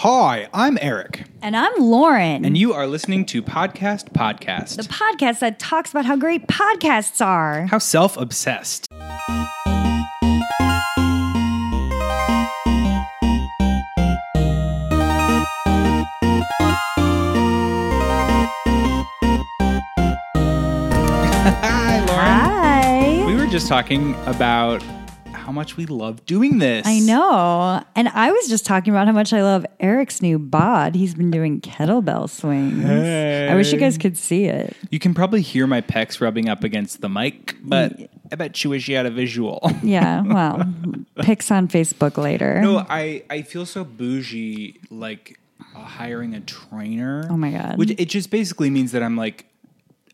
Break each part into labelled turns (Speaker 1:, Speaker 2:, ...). Speaker 1: Hi, I'm Eric,
Speaker 2: And I'm Lauren.
Speaker 1: and you are listening to Podcast Podcast.
Speaker 2: the podcast that talks about how great podcasts are.
Speaker 1: How self obsessed. Hi, Lauren.
Speaker 2: Hi.
Speaker 1: We were just talking about how much we love doing this.
Speaker 2: I know. And I was just talking about how much I love Eric's new bod. He's been doing kettlebell swings. I wish you guys could see it.
Speaker 1: You can probably hear my pecs rubbing up against the mic, but I bet you wish you had a visual.
Speaker 2: Yeah, well, pics on Facebook later.
Speaker 1: No, I, I feel so bougie, like uh, hiring a trainer.
Speaker 2: Oh my God.
Speaker 1: Which it just basically means that I'm like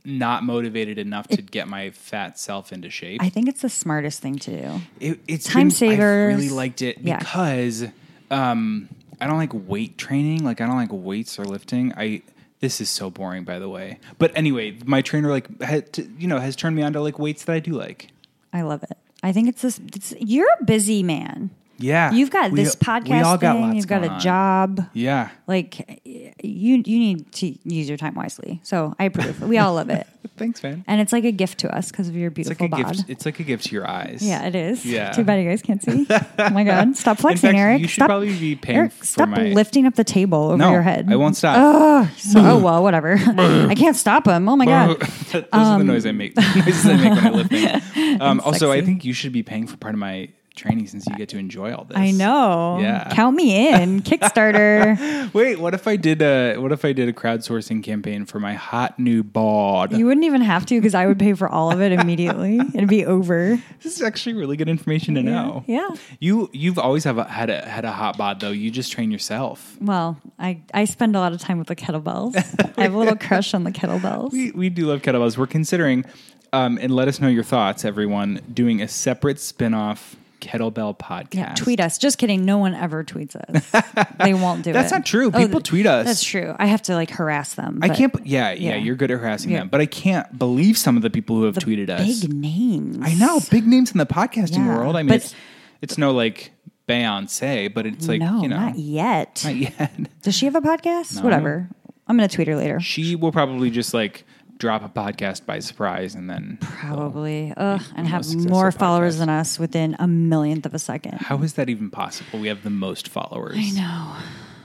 Speaker 1: not motivated enough to get my fat self into shape.
Speaker 2: I think it's the smartest thing to do.
Speaker 1: it, it's
Speaker 2: Time
Speaker 1: been- I really
Speaker 2: savers.
Speaker 1: liked it
Speaker 2: Yeah.
Speaker 1: because um, I don't like weight training. Like I don't like weights or lifting. I this is so boring, by the way. But anyway, my trainer like had to, you know has turned me on to like weights that I do like.
Speaker 2: I love it. I think it's this. It's, you're a busy man.
Speaker 1: Yeah,
Speaker 2: You've got
Speaker 1: We-
Speaker 2: this podcast
Speaker 1: We all got
Speaker 2: thing.
Speaker 1: lots
Speaker 2: You've got
Speaker 1: going
Speaker 2: a
Speaker 1: on.
Speaker 2: job.
Speaker 1: Yeah,
Speaker 2: Like you, you need to use your time wisely. So I approve. We all love it.
Speaker 1: thanks, man.
Speaker 2: And it's like a gift to us because of your
Speaker 1: It's
Speaker 2: beautiful
Speaker 1: like a
Speaker 2: bod.
Speaker 1: gift. It's like a gift to your eyes.
Speaker 2: yeah, it is.
Speaker 1: Yeah.
Speaker 2: Too bad you guys can't see. oh my god! Stop flexing,
Speaker 1: fact,
Speaker 2: Eric.
Speaker 1: you should
Speaker 2: stop,
Speaker 1: probably be paying
Speaker 2: Eric,
Speaker 1: for
Speaker 2: stop
Speaker 1: my-
Speaker 2: lifting up the table over
Speaker 1: No,
Speaker 2: your head.
Speaker 1: I won't stop.
Speaker 2: Ugh, so, oh well, whatever. I can't stop him. Oh my god!
Speaker 1: Those are the noises I make. noises I make when I lift things. Um, also, I
Speaker 2: sexy.
Speaker 1: think you should be paying for part of my training since you get to enjoy all this.
Speaker 2: I know.
Speaker 1: Yeah.
Speaker 2: Count me in. Kickstarter.
Speaker 1: Wait, what if I did a what if I did a crowdsourcing campaign for my hot new bod?
Speaker 2: you wouldn't even have to because I would pay for all of it immediately. It'd be over.
Speaker 1: this is actually really good information to know.
Speaker 2: Yeah.
Speaker 1: You you've always have a, had a had a hot bod though. You just train yourself.
Speaker 2: Well, I, I spend a lot of time with the kettlebells. I have a little crush on the kettlebells.
Speaker 1: We, we do love kettlebells. We're considering, um, and let us know your thoughts, everyone, doing a separate spin off kettlebell podcast.
Speaker 2: Yeah, tweet us. Just kidding. No one ever tweets us. they won't do it.
Speaker 1: That's not true.
Speaker 2: Oh,
Speaker 1: People tweet us.
Speaker 2: That's true. I have to like harass them.
Speaker 1: I
Speaker 2: but
Speaker 1: can't. be- Yeah, yeah,
Speaker 2: yeah.
Speaker 1: you're good at harassing
Speaker 2: Yeah.
Speaker 1: them, but I can't believe some of the people who have tweeted us.
Speaker 2: Big names.
Speaker 1: I know big names in the podcasting
Speaker 2: Yeah,
Speaker 1: world. I mean,
Speaker 2: but-
Speaker 1: it's, it's no like Beyonce, but it's like
Speaker 2: no,
Speaker 1: you know,
Speaker 2: not yet.
Speaker 1: not yet.
Speaker 2: Does she have a podcast? Whatever. I'm gonna tweet her later.
Speaker 1: She will probably just like drop a podcast by surprise, and then
Speaker 2: Probably. Ugh, and have
Speaker 1: successful
Speaker 2: more followers
Speaker 1: podcast.
Speaker 2: than us within a millionth of a second.
Speaker 1: how is that even possible? We have the most followers.
Speaker 2: I know.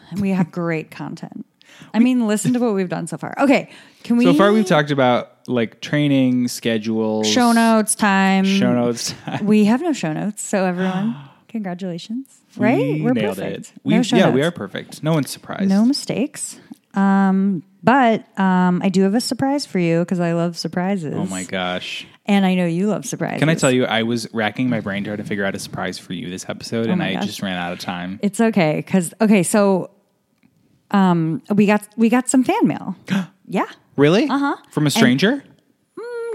Speaker 2: And we have great content. I mean, listen to what we've done so far. Okay. Can we
Speaker 1: So far, we've talked about like training schedules,
Speaker 2: show notes time.
Speaker 1: show notes.
Speaker 2: We have no show notes, so everyone, congratulations. Right?
Speaker 1: We
Speaker 2: We're
Speaker 1: nailed
Speaker 2: perfect.
Speaker 1: it. We,
Speaker 2: no show
Speaker 1: yeah,
Speaker 2: notes.
Speaker 1: we are perfect. No one's surprised.
Speaker 2: No mistakes. Um, but um, I do have a surprise for you because I love surprises.
Speaker 1: Oh my gosh.
Speaker 2: And I know you love surprises.
Speaker 1: Can I tell you, I was racking my brain trying to figure out a surprise for you this episode, and
Speaker 2: Oh my
Speaker 1: I
Speaker 2: gosh.
Speaker 1: just ran out of time.
Speaker 2: It's okay because okay, so um, we got we got some fan mail. yeah.
Speaker 1: Really? Uh huh.
Speaker 2: Uh-huh.
Speaker 1: From a stranger?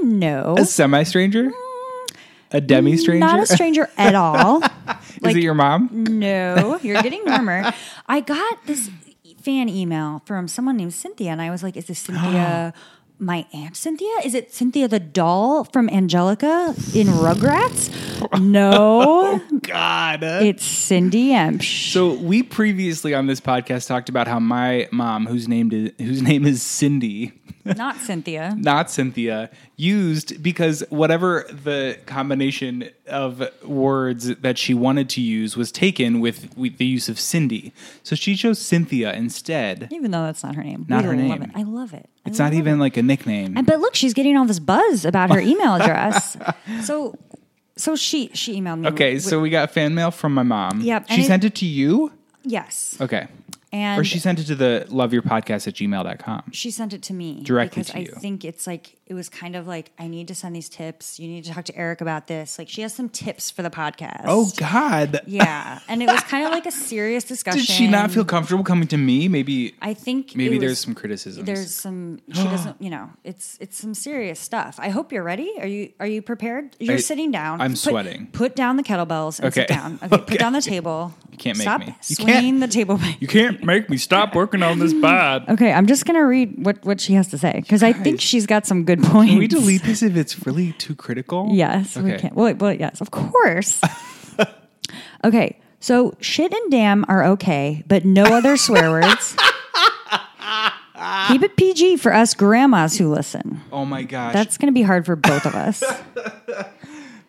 Speaker 2: No.
Speaker 1: a semi stranger? A demi stranger?
Speaker 2: Mm. Not a stranger at all.
Speaker 1: Is
Speaker 2: like-
Speaker 1: it your mom?
Speaker 2: No, you're getting warmer. I got this fan email from someone named Cynthia, and I was like, "Is this Cynthia?" My aunt Cynthia? Is it Cynthia the doll from Angelica in Rugrats? No,
Speaker 1: God.
Speaker 2: it's Cindy Emsh.
Speaker 1: so we previously on this podcast talked about how my mom, whose name is, whose name is Cindy,
Speaker 2: Not Cynthia.
Speaker 1: not Cynthia, used because whatever the combination of words that she wanted to use was taken with, with the use of Cindy. So she chose Cynthia instead.
Speaker 2: Even though that's not her name.
Speaker 1: Not
Speaker 2: We
Speaker 1: her
Speaker 2: love
Speaker 1: name.
Speaker 2: it. I love it. I
Speaker 1: It's not
Speaker 2: love
Speaker 1: even like a nickname.
Speaker 2: And- But look, she's getting all this buzz about her email address. so, so she she emailed me.
Speaker 1: Okay,
Speaker 2: with-
Speaker 1: so we got fan mail from my mom.
Speaker 2: Yep,
Speaker 1: She
Speaker 2: and it-
Speaker 1: sent it to you?
Speaker 2: yes,
Speaker 1: Okay.
Speaker 2: and
Speaker 1: or she sent it to the loveyourpodcast at gmail.com.
Speaker 2: she sent it to me
Speaker 1: Directly
Speaker 2: because
Speaker 1: to
Speaker 2: I
Speaker 1: you.
Speaker 2: think it's like it was kind of like I need to send these tips. You need to talk to Eric about this. Like she has some tips for the podcast.
Speaker 1: Oh, God.
Speaker 2: yeah, and it was kind of like a serious discussion.
Speaker 1: Did she not feel comfortable coming to me? Maybe
Speaker 2: I think
Speaker 1: maybe
Speaker 2: it
Speaker 1: there's
Speaker 2: was-
Speaker 1: some criticisms.
Speaker 2: There's some she doesn't. You know, it's it's some serious stuff. I hope you're ready. Are you are you prepared? You're
Speaker 1: I-
Speaker 2: sitting down.
Speaker 1: I'm
Speaker 2: Put-
Speaker 1: sweating.
Speaker 2: Put down the kettlebells and sit
Speaker 1: Okay.
Speaker 2: down. Okay,
Speaker 1: Okay.
Speaker 2: put down the table. You
Speaker 1: can't make
Speaker 2: Stop
Speaker 1: me. You can't-
Speaker 2: swinging the table. back.
Speaker 1: you can't make me stop working on this bod.
Speaker 2: Okay, I'm just gonna read what, what she has to say because I think she's got some good points.
Speaker 1: Can we delete this if it's really too critical?
Speaker 2: Yes, we
Speaker 1: Okay.
Speaker 2: can. Well, well, yes, of course. okay, So shit and damn are okay, but no other swear words. Keep it PG for us grandmas who listen.
Speaker 1: Oh my gosh.
Speaker 2: That's going to be hard for both of us.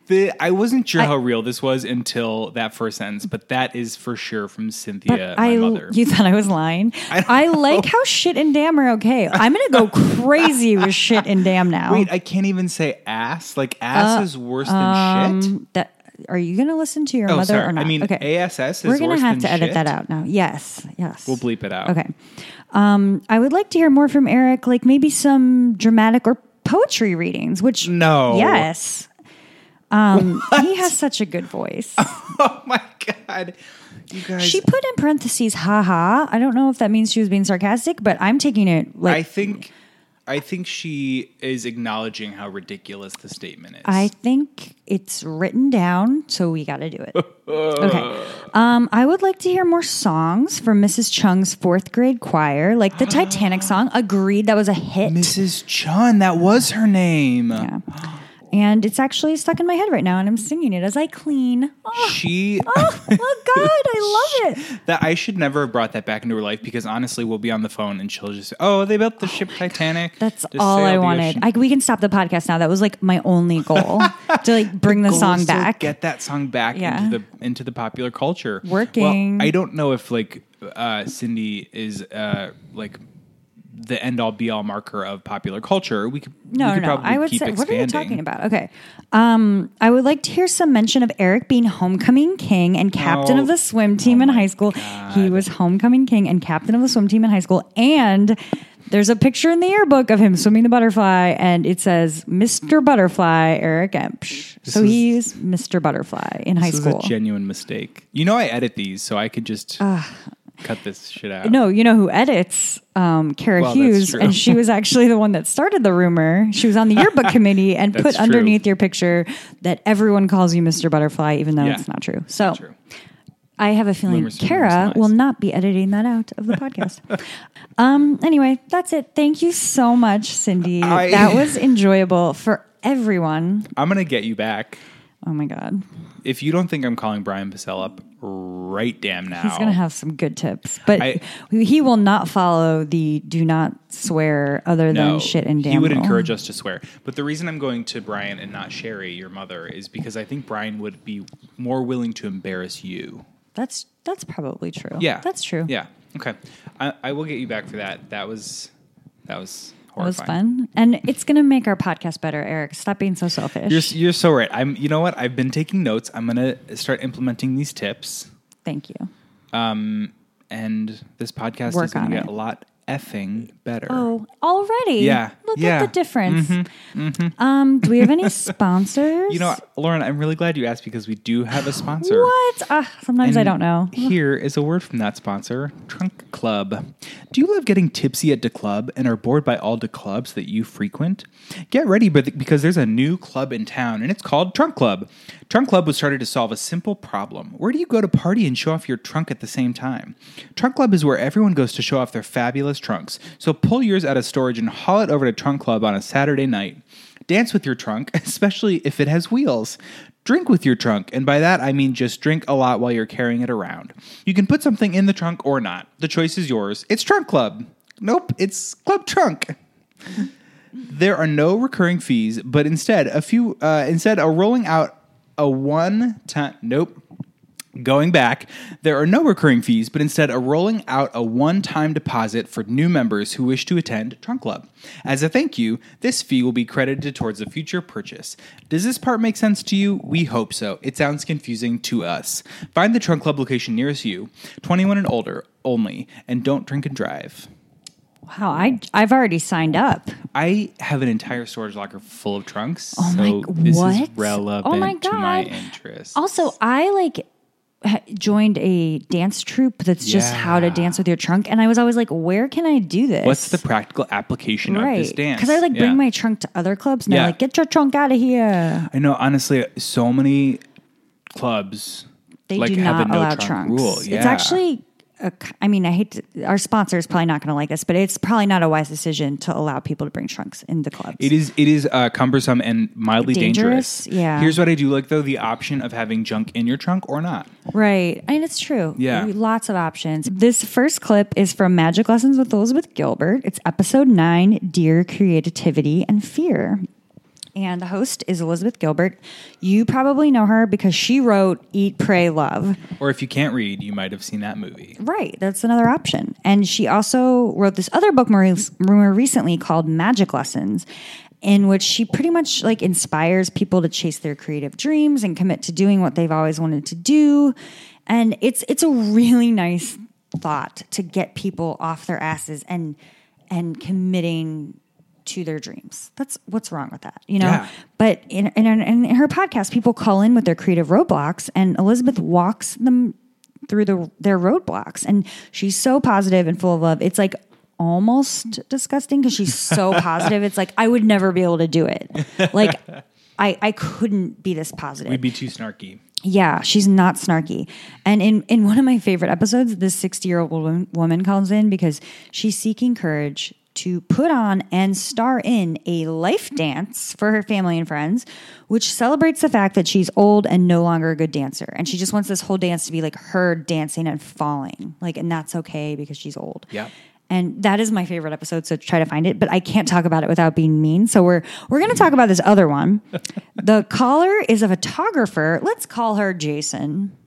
Speaker 1: the, I wasn't sure how real this was until that first sentence, but that is for sure from Cynthia, my
Speaker 2: I,
Speaker 1: mother.
Speaker 2: you thought I was lying.
Speaker 1: I
Speaker 2: I, like how shit and damn are okay. I'm going to go crazy with shit and damn now.
Speaker 1: Wait, I can't even say ass. Like ass
Speaker 2: Uh,
Speaker 1: is worse than shit.
Speaker 2: Um, that are you going to listen to your
Speaker 1: Oh,
Speaker 2: mother
Speaker 1: sorry.
Speaker 2: or not?
Speaker 1: I mean, ASS is
Speaker 2: We're gonna
Speaker 1: worse than
Speaker 2: have to edit that
Speaker 1: shit.
Speaker 2: out now. Yes, yes.
Speaker 1: We'll bleep it out.
Speaker 2: Okay. Um, I would like to hear more from Eric, like maybe some dramatic or poetry readings. Which
Speaker 1: No.
Speaker 2: yes. Um, he has such a good voice.
Speaker 1: Oh my god. You guys
Speaker 2: she put in parentheses, haha. I don't know if that means she was being sarcastic, but I'm taking it like
Speaker 1: I think I think she is acknowledging how ridiculous the statement is.
Speaker 2: I think it's written down, so we got to do it. okay. Um, I would like to hear more songs from Mrs. Chung's fourth grade choir, like the Titanic song. Agreed, that was a hit.
Speaker 1: Mrs. Chun, that was her name.
Speaker 2: Yeah. And it's actually stuck in my head right now, and I'm singing it as I clean. Oh,
Speaker 1: She
Speaker 2: oh, oh God, I love it.
Speaker 1: that I should never have brought that back into her life because honestly, we'll be on the phone and she'll just oh they built the ship Titanic.
Speaker 2: That's
Speaker 1: to
Speaker 2: all
Speaker 1: sail
Speaker 2: I
Speaker 1: the
Speaker 2: wanted.
Speaker 1: ocean."
Speaker 2: I, we can stop the podcast now. That was like my only goal to like bring the,
Speaker 1: Goal
Speaker 2: song
Speaker 1: is to
Speaker 2: back.
Speaker 1: Get that song back
Speaker 2: Yeah.
Speaker 1: into the into the popular culture.
Speaker 2: Working.
Speaker 1: Well, I don't know if like uh, Cindy is uh, like the end all be all marker of popular culture. We could
Speaker 2: no,
Speaker 1: we could
Speaker 2: no, no.
Speaker 1: Probably
Speaker 2: I would
Speaker 1: keep
Speaker 2: say, what are
Speaker 1: expanding.
Speaker 2: you talking about? Okay. Um, I would like to hear some mention of Eric being homecoming king and captain
Speaker 1: Oh.
Speaker 2: of the swim team in
Speaker 1: my
Speaker 2: high school. He
Speaker 1: God.
Speaker 2: was homecoming king and captain of the swim team in high school. And there's a picture in the yearbook of him swimming the butterfly, and it says Mr. Butterfly, Eric Empsch. So
Speaker 1: is-
Speaker 2: he's Mr. Butterfly in high
Speaker 1: This
Speaker 2: school.
Speaker 1: is a genuine mistake. You know, I edit these, so I could just cut this shit out.
Speaker 2: No, you know who edits? Um, Kara
Speaker 1: Well, that's
Speaker 2: Hughes,
Speaker 1: true.
Speaker 2: and she was actually the one that started the rumor. She was on the yearbook committee and put
Speaker 1: That's true.
Speaker 2: underneath your picture that everyone calls you Mr. Butterfly, even though
Speaker 1: Yeah.
Speaker 2: it's not true. So
Speaker 1: True.
Speaker 2: I have a feeling
Speaker 1: Rumors, rumors,
Speaker 2: Kara
Speaker 1: lies.
Speaker 2: will not be editing that out of the podcast. um, anyway, that's it. Thank you so much, Cindy.
Speaker 1: I-
Speaker 2: that was enjoyable for everyone.
Speaker 1: I'm gonna get you back.
Speaker 2: Oh my god,
Speaker 1: If you don't think I'm calling Brian Pissell up right damn now,
Speaker 2: he's gonna have some good tips, but
Speaker 1: I-
Speaker 2: he will not follow the do not swear other than shit and damn.
Speaker 1: He would
Speaker 2: rule.
Speaker 1: encourage us to swear. But the reason I'm going to Brian and not Sherry, your mother, is because I think Brian would be more willing to embarrass you.
Speaker 2: That's that's probably true.
Speaker 1: Yeah,
Speaker 2: that's true.
Speaker 1: Yeah. Okay. I, I will get you back for that. That was that was
Speaker 2: It was
Speaker 1: horrifying.
Speaker 2: fun, and it's gonna make our podcast better. Eric, stop being so selfish.
Speaker 1: You're s- you're so right. I'm. You know what? I've been taking notes. I'm gonna start implementing these tips,
Speaker 2: Thank you.
Speaker 1: and this podcast
Speaker 2: Work
Speaker 1: is gonna
Speaker 2: on
Speaker 1: get
Speaker 2: it.
Speaker 1: a lot effing better.
Speaker 2: Oh, already?
Speaker 1: Yeah,
Speaker 2: Look at
Speaker 1: yeah. Mm-hmm.
Speaker 2: the difference. Um, do we have any sponsors?
Speaker 1: You know, Lauren, I'm really glad you asked because we do have a sponsor.
Speaker 2: what? Ah, sometimes I
Speaker 1: And
Speaker 2: don't know.
Speaker 1: Here is a word from that sponsor, Trunk Club. Do you love getting tipsy at the club and are bored by all the clubs that you frequent? Get ready but- because there's a new club in town and it's called Trunk Club. Trunk Club was started to solve a simple problem. Where do you go to party and show off your trunk at the same time? Trunk Club is where everyone goes to show off their fabulous trunks. So pull yours out of storage and haul it over to Trunk Club on a Saturday night. Dance with your trunk, especially if it has wheels. Drink with your trunk, and by that I mean just drink a lot while you're carrying it around. You can put something in the trunk or not. The choice is yours. It's Trunk Club. Nope, it's Club Trunk. There are no recurring fees, but instead a few uh, instead a rolling out a one time nope. Going back, there are no recurring fees, but instead are rolling out a one time deposit for new members who wish to attend Trunk Club. As a thank you, this fee will be credited towards a future purchase. Does this part make sense to you? We hope so. It sounds confusing to us. Find the Trunk Club location nearest you, 21 and older only, and don't drink and drive.
Speaker 2: Wow, I I've already signed up.
Speaker 1: I have an entire storage locker full of trunks.
Speaker 2: Oh my
Speaker 1: so
Speaker 2: g-
Speaker 1: this is
Speaker 2: what?
Speaker 1: relevant
Speaker 2: Oh my
Speaker 1: to my
Speaker 2: God.
Speaker 1: interest.
Speaker 2: Also, I like ha- joined a dance troupe that's just how to
Speaker 1: Yeah.
Speaker 2: dance with your trunk, and I was always like, where can I do this?
Speaker 1: What's the practical application
Speaker 2: right?
Speaker 1: of this dance?
Speaker 2: Because I like
Speaker 1: Yeah.
Speaker 2: bring my trunk to other clubs, and they're
Speaker 1: Yeah.
Speaker 2: like, get your trunk out of here.
Speaker 1: I know honestly, so many clubs
Speaker 2: They
Speaker 1: like
Speaker 2: do
Speaker 1: have
Speaker 2: not
Speaker 1: a no
Speaker 2: allow
Speaker 1: trunk
Speaker 2: trunks.
Speaker 1: rule. Yeah.
Speaker 2: It's actually a c- I mean, I hate to, our sponsor is probably not going to like this, but it's probably not a wise decision to allow people to bring trunks in the clubs.
Speaker 1: It is it is uh, cumbersome and mildly dangerous.
Speaker 2: Dangerous? Yeah.
Speaker 1: Here's what I do like though: the option of having junk in your trunk or not.
Speaker 2: Right. I mean, it's true.
Speaker 1: Yeah.
Speaker 2: We- Lots of options. This first clip is from Magic Lessons with Elizabeth Gilbert. It's episode nine Dear Creativity and Fear. And the host is Elizabeth Gilbert. You probably know her because she wrote Eat, Pray, Love.
Speaker 1: Or if you can't read, you might have seen that movie.
Speaker 2: Right. That's another option. And she also wrote this other book more, more recently called Magic Lessons, in which she pretty much like inspires people to chase their creative dreams and commit to doing what they've always wanted to do. And it's it's a really nice thought to get people off their asses and and committing to their dreams. That's what's wrong with that, you know?
Speaker 1: Yeah.
Speaker 2: But in, in, in her podcast, people call in with their creative roadblocks, and Elizabeth walks them through the, their roadblocks. And she's so positive and full of love. It's like almost disgusting because she's so positive. It's like, I would never be able to do it. Like, I, I couldn't be this positive.
Speaker 1: We'd be too snarky.
Speaker 2: Yeah, she's not snarky. And in, in one of my favorite episodes, this 60 year old woman, woman comes in because she's seeking courage to put on and star in a life dance for her family and friends, which celebrates the fact that she's old and no longer a good dancer. And she just wants this whole dance to be like her dancing and falling. Like, and that's okay because she's old.
Speaker 1: Yep.
Speaker 2: And that is my favorite episode, so try to find it. But I can't talk about it without being mean. So we're we're gonna talk about this other one. the caller is a photographer. Let's call her Jason.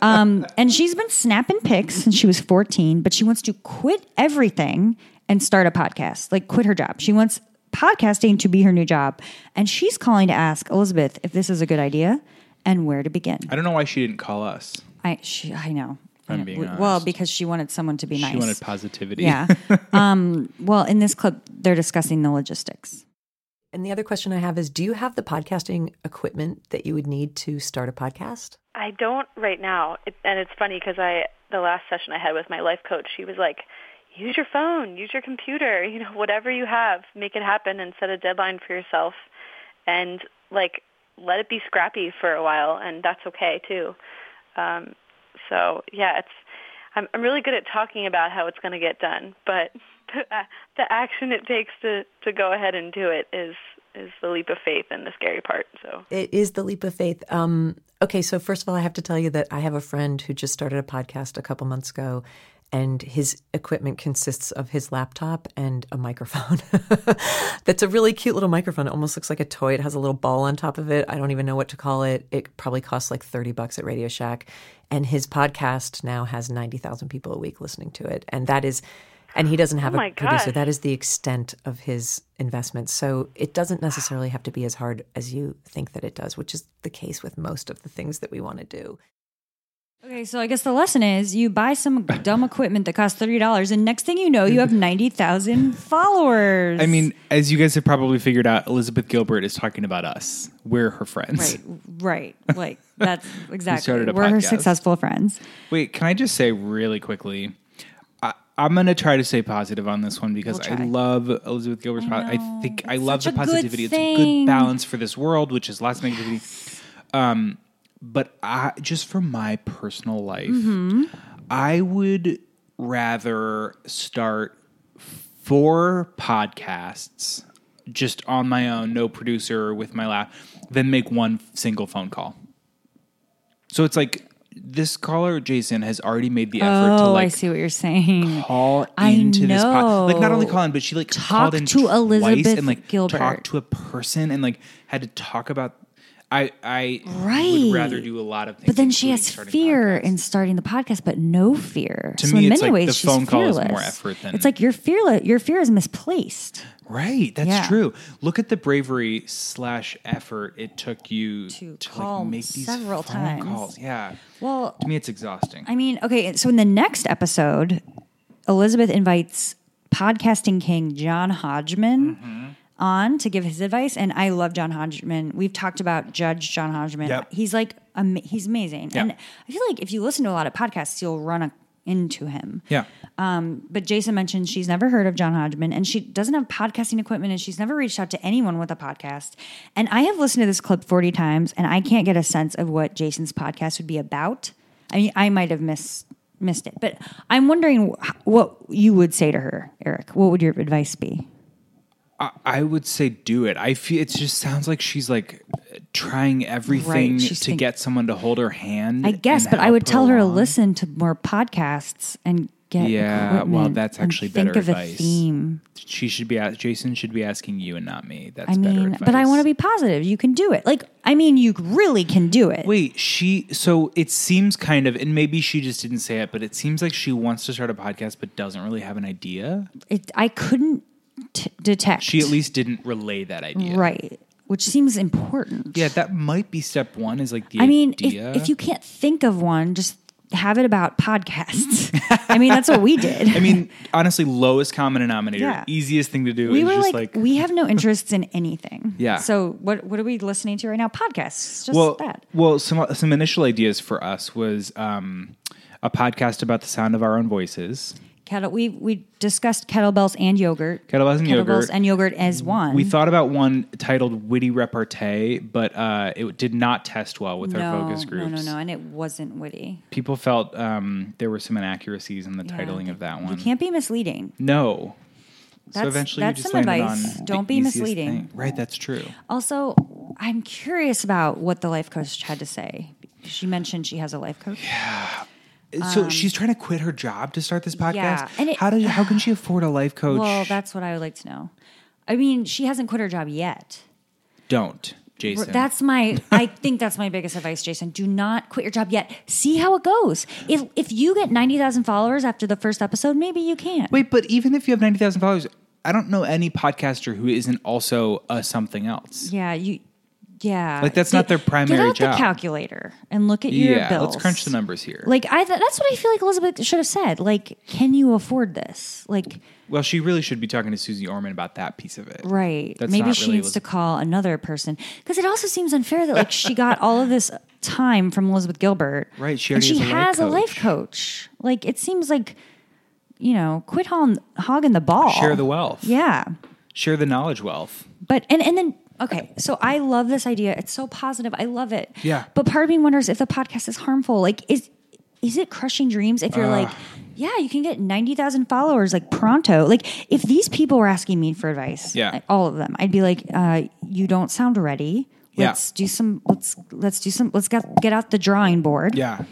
Speaker 2: um, and she's been snapping pics since she was 14, but she wants to quit everything and start a podcast, like quit her job. She wants podcasting to be her new job. And she's calling to ask Elizabeth if this is a good idea and where to begin.
Speaker 1: I don't know why she didn't call us.
Speaker 2: I she, I know. I
Speaker 1: I'm
Speaker 2: know.
Speaker 1: being
Speaker 2: We- well,
Speaker 1: honest.
Speaker 2: because she wanted someone to be nice.
Speaker 1: She wanted positivity.
Speaker 2: Yeah. um, well, in this clip, they're discussing the logistics.
Speaker 3: And the other question I have is do you have the podcasting equipment that you would need to start a podcast?
Speaker 4: I don't right now, it, and it's funny because I the last session I had with my life coach, she was like, "Use your phone, use your computer, you know, whatever you have, make it happen, and set a deadline for yourself, and like let it be scrappy for a while, and that's okay too." Um, so yeah, it's I'm, I'm really good at talking about how it's going to get done, but the, the action it takes to to go ahead and do it is is the leap of faith and the scary part. So.
Speaker 3: It is the leap of faith. Um, okay, so first of all, I have to tell you that I have a friend who just started a podcast a couple months ago, and his equipment consists of his laptop and a microphone. That's a really cute little microphone. It almost looks like a toy. It has a little ball on top of it. I don't even know what to call it. It probably costs like 30 bucks at Radio Shack. And his podcast now has 90,000 people a week listening to it. And that is. And he doesn't have
Speaker 4: Oh
Speaker 3: a
Speaker 4: my
Speaker 3: producer.
Speaker 4: gosh.
Speaker 3: That is the extent of his investment. So it doesn't necessarily have to be as hard as you think that it does, which is the case with most of the things that we want to do.
Speaker 2: Okay, so I guess the lesson is you buy some dumb equipment that costs thirty dollars, and next thing you know, you have ninety thousand followers.
Speaker 1: I mean, as you guys have probably figured out, Elizabeth Gilbert is talking about us. We're her friends.
Speaker 2: right, right, like that's exactly.
Speaker 1: started a
Speaker 2: We're her
Speaker 1: podcast.
Speaker 2: successful friends.
Speaker 1: Wait, can I just say really quickly? I, I'm going to try to stay positive on this one because I love Elizabeth Gilbert's. I, I think I love the
Speaker 2: such a good
Speaker 1: positivity. It's a
Speaker 2: thing.
Speaker 1: good balance for this world, which is lots of negativity. Um, but I, just for my personal life,
Speaker 2: Mm-hmm.
Speaker 1: I would rather start four podcasts just on my own, no producer with my lap, than make one single phone call. So it's like this caller Jason has already made the effort to
Speaker 2: Oh,
Speaker 1: like
Speaker 2: I see what you're saying.
Speaker 1: call
Speaker 2: I
Speaker 1: into this pod. Like not only
Speaker 2: know.
Speaker 1: call in, but she like
Speaker 2: Talk
Speaker 1: called in
Speaker 2: to
Speaker 1: twice
Speaker 2: Elizabeth
Speaker 1: and like
Speaker 2: Gilbert.
Speaker 1: talked to a person and like had to talk about. I I
Speaker 2: Right.
Speaker 1: would rather do a lot of things,
Speaker 2: But then she
Speaker 1: including
Speaker 2: has
Speaker 1: starting
Speaker 2: fear
Speaker 1: podcasts.
Speaker 2: in starting the podcast, but no fear.
Speaker 1: To
Speaker 2: so
Speaker 1: me,
Speaker 2: in
Speaker 1: it's
Speaker 2: many
Speaker 1: like
Speaker 2: ways,
Speaker 1: the
Speaker 2: she's
Speaker 1: phone call is more
Speaker 2: fearless.
Speaker 1: effort than-
Speaker 2: it's like you're fearless. Your fear is misplaced.
Speaker 1: Right, that's
Speaker 2: Yeah.
Speaker 1: true. Look at the bravery slash effort it took you to,
Speaker 2: call
Speaker 1: like, make these
Speaker 2: several
Speaker 1: phone
Speaker 2: times.
Speaker 1: calls. Yeah,
Speaker 2: Well,
Speaker 1: to me it's exhausting.
Speaker 2: I mean, okay, so in the next episode, Elizabeth invites podcasting king John Hodgman on to give his advice, and I love John Hodgman. We've talked about Judge John Hodgman.
Speaker 1: Yep.
Speaker 2: He's like am- he's amazing,
Speaker 1: Yeah.
Speaker 2: and I feel like if you listen to a lot of podcasts, you'll run a- into him.
Speaker 1: yeah,
Speaker 2: Um, but Jason mentioned she's never heard of John Hodgman and she doesn't have podcasting equipment and she's never reached out to anyone with a podcast. And I have listened to this clip 40 times and I can't get a sense of what Jason's podcast would be about. I mean, I might have missed missed it. But I'm wondering wh- what you would say to her, Eric. What would your advice be?
Speaker 1: I, I would say do it. I feel it just sounds like she's like trying everything
Speaker 2: Right,
Speaker 1: to
Speaker 2: she's think-
Speaker 1: get someone to hold her hand.
Speaker 2: I guess,
Speaker 1: and
Speaker 2: but I
Speaker 1: help
Speaker 2: would tell her to
Speaker 1: along.
Speaker 2: listen to more podcasts and get
Speaker 1: Yeah, well,
Speaker 2: equipment
Speaker 1: that's
Speaker 2: and
Speaker 1: actually
Speaker 2: think
Speaker 1: better
Speaker 2: of
Speaker 1: advice.
Speaker 2: a theme.
Speaker 1: She should be. Asked, Jason should be asking you and not me. That's
Speaker 2: I
Speaker 1: better
Speaker 2: mean,
Speaker 1: advice.
Speaker 2: but I want to be positive. You can do it. Like, I mean, you really can do it.
Speaker 1: Wait, she. So it seems kind of, and maybe she just didn't say it, but it seems like she wants to start a podcast, but doesn't really have an idea.
Speaker 2: It, I couldn't t- detect.
Speaker 1: She at least didn't relay that idea.
Speaker 2: right, which seems important.
Speaker 1: Yeah, that might be step one. Is like the
Speaker 2: I mean, if,
Speaker 1: idea.
Speaker 2: if you can't think of one, just have it about podcasts. I mean, that's what we did.
Speaker 1: I mean, honestly, lowest common denominator,
Speaker 2: Yeah.
Speaker 1: easiest thing to do
Speaker 2: we
Speaker 1: is
Speaker 2: were
Speaker 1: just
Speaker 2: like,
Speaker 1: like,
Speaker 2: we have no interests in anything.
Speaker 1: Yeah.
Speaker 2: So what what are we listening to right now? Podcasts. Just
Speaker 1: well,
Speaker 2: that.
Speaker 1: well, some some initial ideas for us was um, a podcast about the sound of our own voices.
Speaker 2: Kettle. We we discussed kettlebells and yogurt.
Speaker 1: Kettlebells and yogurt.
Speaker 2: Kettlebells and yogurt as one.
Speaker 1: We thought about one titled "Witty Repartee," but uh, it did not test well with our
Speaker 2: no,
Speaker 1: focus groups.
Speaker 2: No, no, no, and it wasn't witty.
Speaker 1: People felt um, there were some inaccuracies in the titling of that
Speaker 2: You
Speaker 1: one.
Speaker 2: can't be misleading.
Speaker 1: No. so
Speaker 2: That's-
Speaker 1: eventually,
Speaker 2: that's
Speaker 1: you just
Speaker 2: some
Speaker 1: landed
Speaker 2: advice.
Speaker 1: on
Speaker 2: Don't
Speaker 1: the
Speaker 2: be
Speaker 1: easiest
Speaker 2: misleading.
Speaker 1: thing. Right, that's true.
Speaker 2: Also, I'm curious about what the life coach had to say. She mentioned she has a life coach.
Speaker 1: so she's trying to quit her job to start this podcast.
Speaker 2: Um, yeah, and it-
Speaker 1: how do how can she afford a life coach?
Speaker 2: Well, that's what I would like to know. I mean, she hasn't quit her job yet.
Speaker 1: don't, Jason.
Speaker 2: That's my. I think that's my biggest advice, Jason. Do not quit your job yet. See how it goes. If if you get ninety thousand followers after the first episode, maybe you can't.
Speaker 1: Wait, but even if you have ninety thousand followers, I don't know any podcaster who isn't also a something else.
Speaker 2: Yeah, you. Yeah,
Speaker 1: Like, that's not their
Speaker 2: Get
Speaker 1: primary
Speaker 2: out
Speaker 1: job.
Speaker 2: the calculator and look at your
Speaker 1: Yeah,
Speaker 2: bills.
Speaker 1: let's crunch the numbers here.
Speaker 2: Like I, th- that's what I feel like Elizabeth should have said. Like, can you afford this? Like,
Speaker 1: well, she really should be talking to Susie Orman about that piece of it.
Speaker 2: right?
Speaker 1: That's
Speaker 2: Maybe
Speaker 1: not
Speaker 2: she
Speaker 1: really
Speaker 2: needs to
Speaker 1: Elizabeth-
Speaker 2: call another person because it also seems unfair that like she got all of this time from Elizabeth Gilbert,
Speaker 1: Right, she
Speaker 2: and
Speaker 1: already has
Speaker 2: she has,
Speaker 1: a
Speaker 2: a
Speaker 1: life
Speaker 2: life coach. Like, it seems like you know, quit hauling, hogging the ball.
Speaker 1: Share the wealth.
Speaker 2: Yeah,
Speaker 1: Share the knowledge wealth.
Speaker 2: but and and then okay, so I love this idea. It's so positive. I love it.
Speaker 1: Yeah.
Speaker 2: But part of me wonders if the podcast is harmful. Like, is is it crushing dreams if you're like, yeah, you can get ninety thousand followers like pronto. Like, if these people were asking me for advice,
Speaker 1: Yeah.
Speaker 2: like, all of them, I'd be like, uh, you don't sound ready.
Speaker 1: Yeah.
Speaker 2: Let's do some. Let's let's do some. Let's get get out the drawing board.
Speaker 1: Yeah.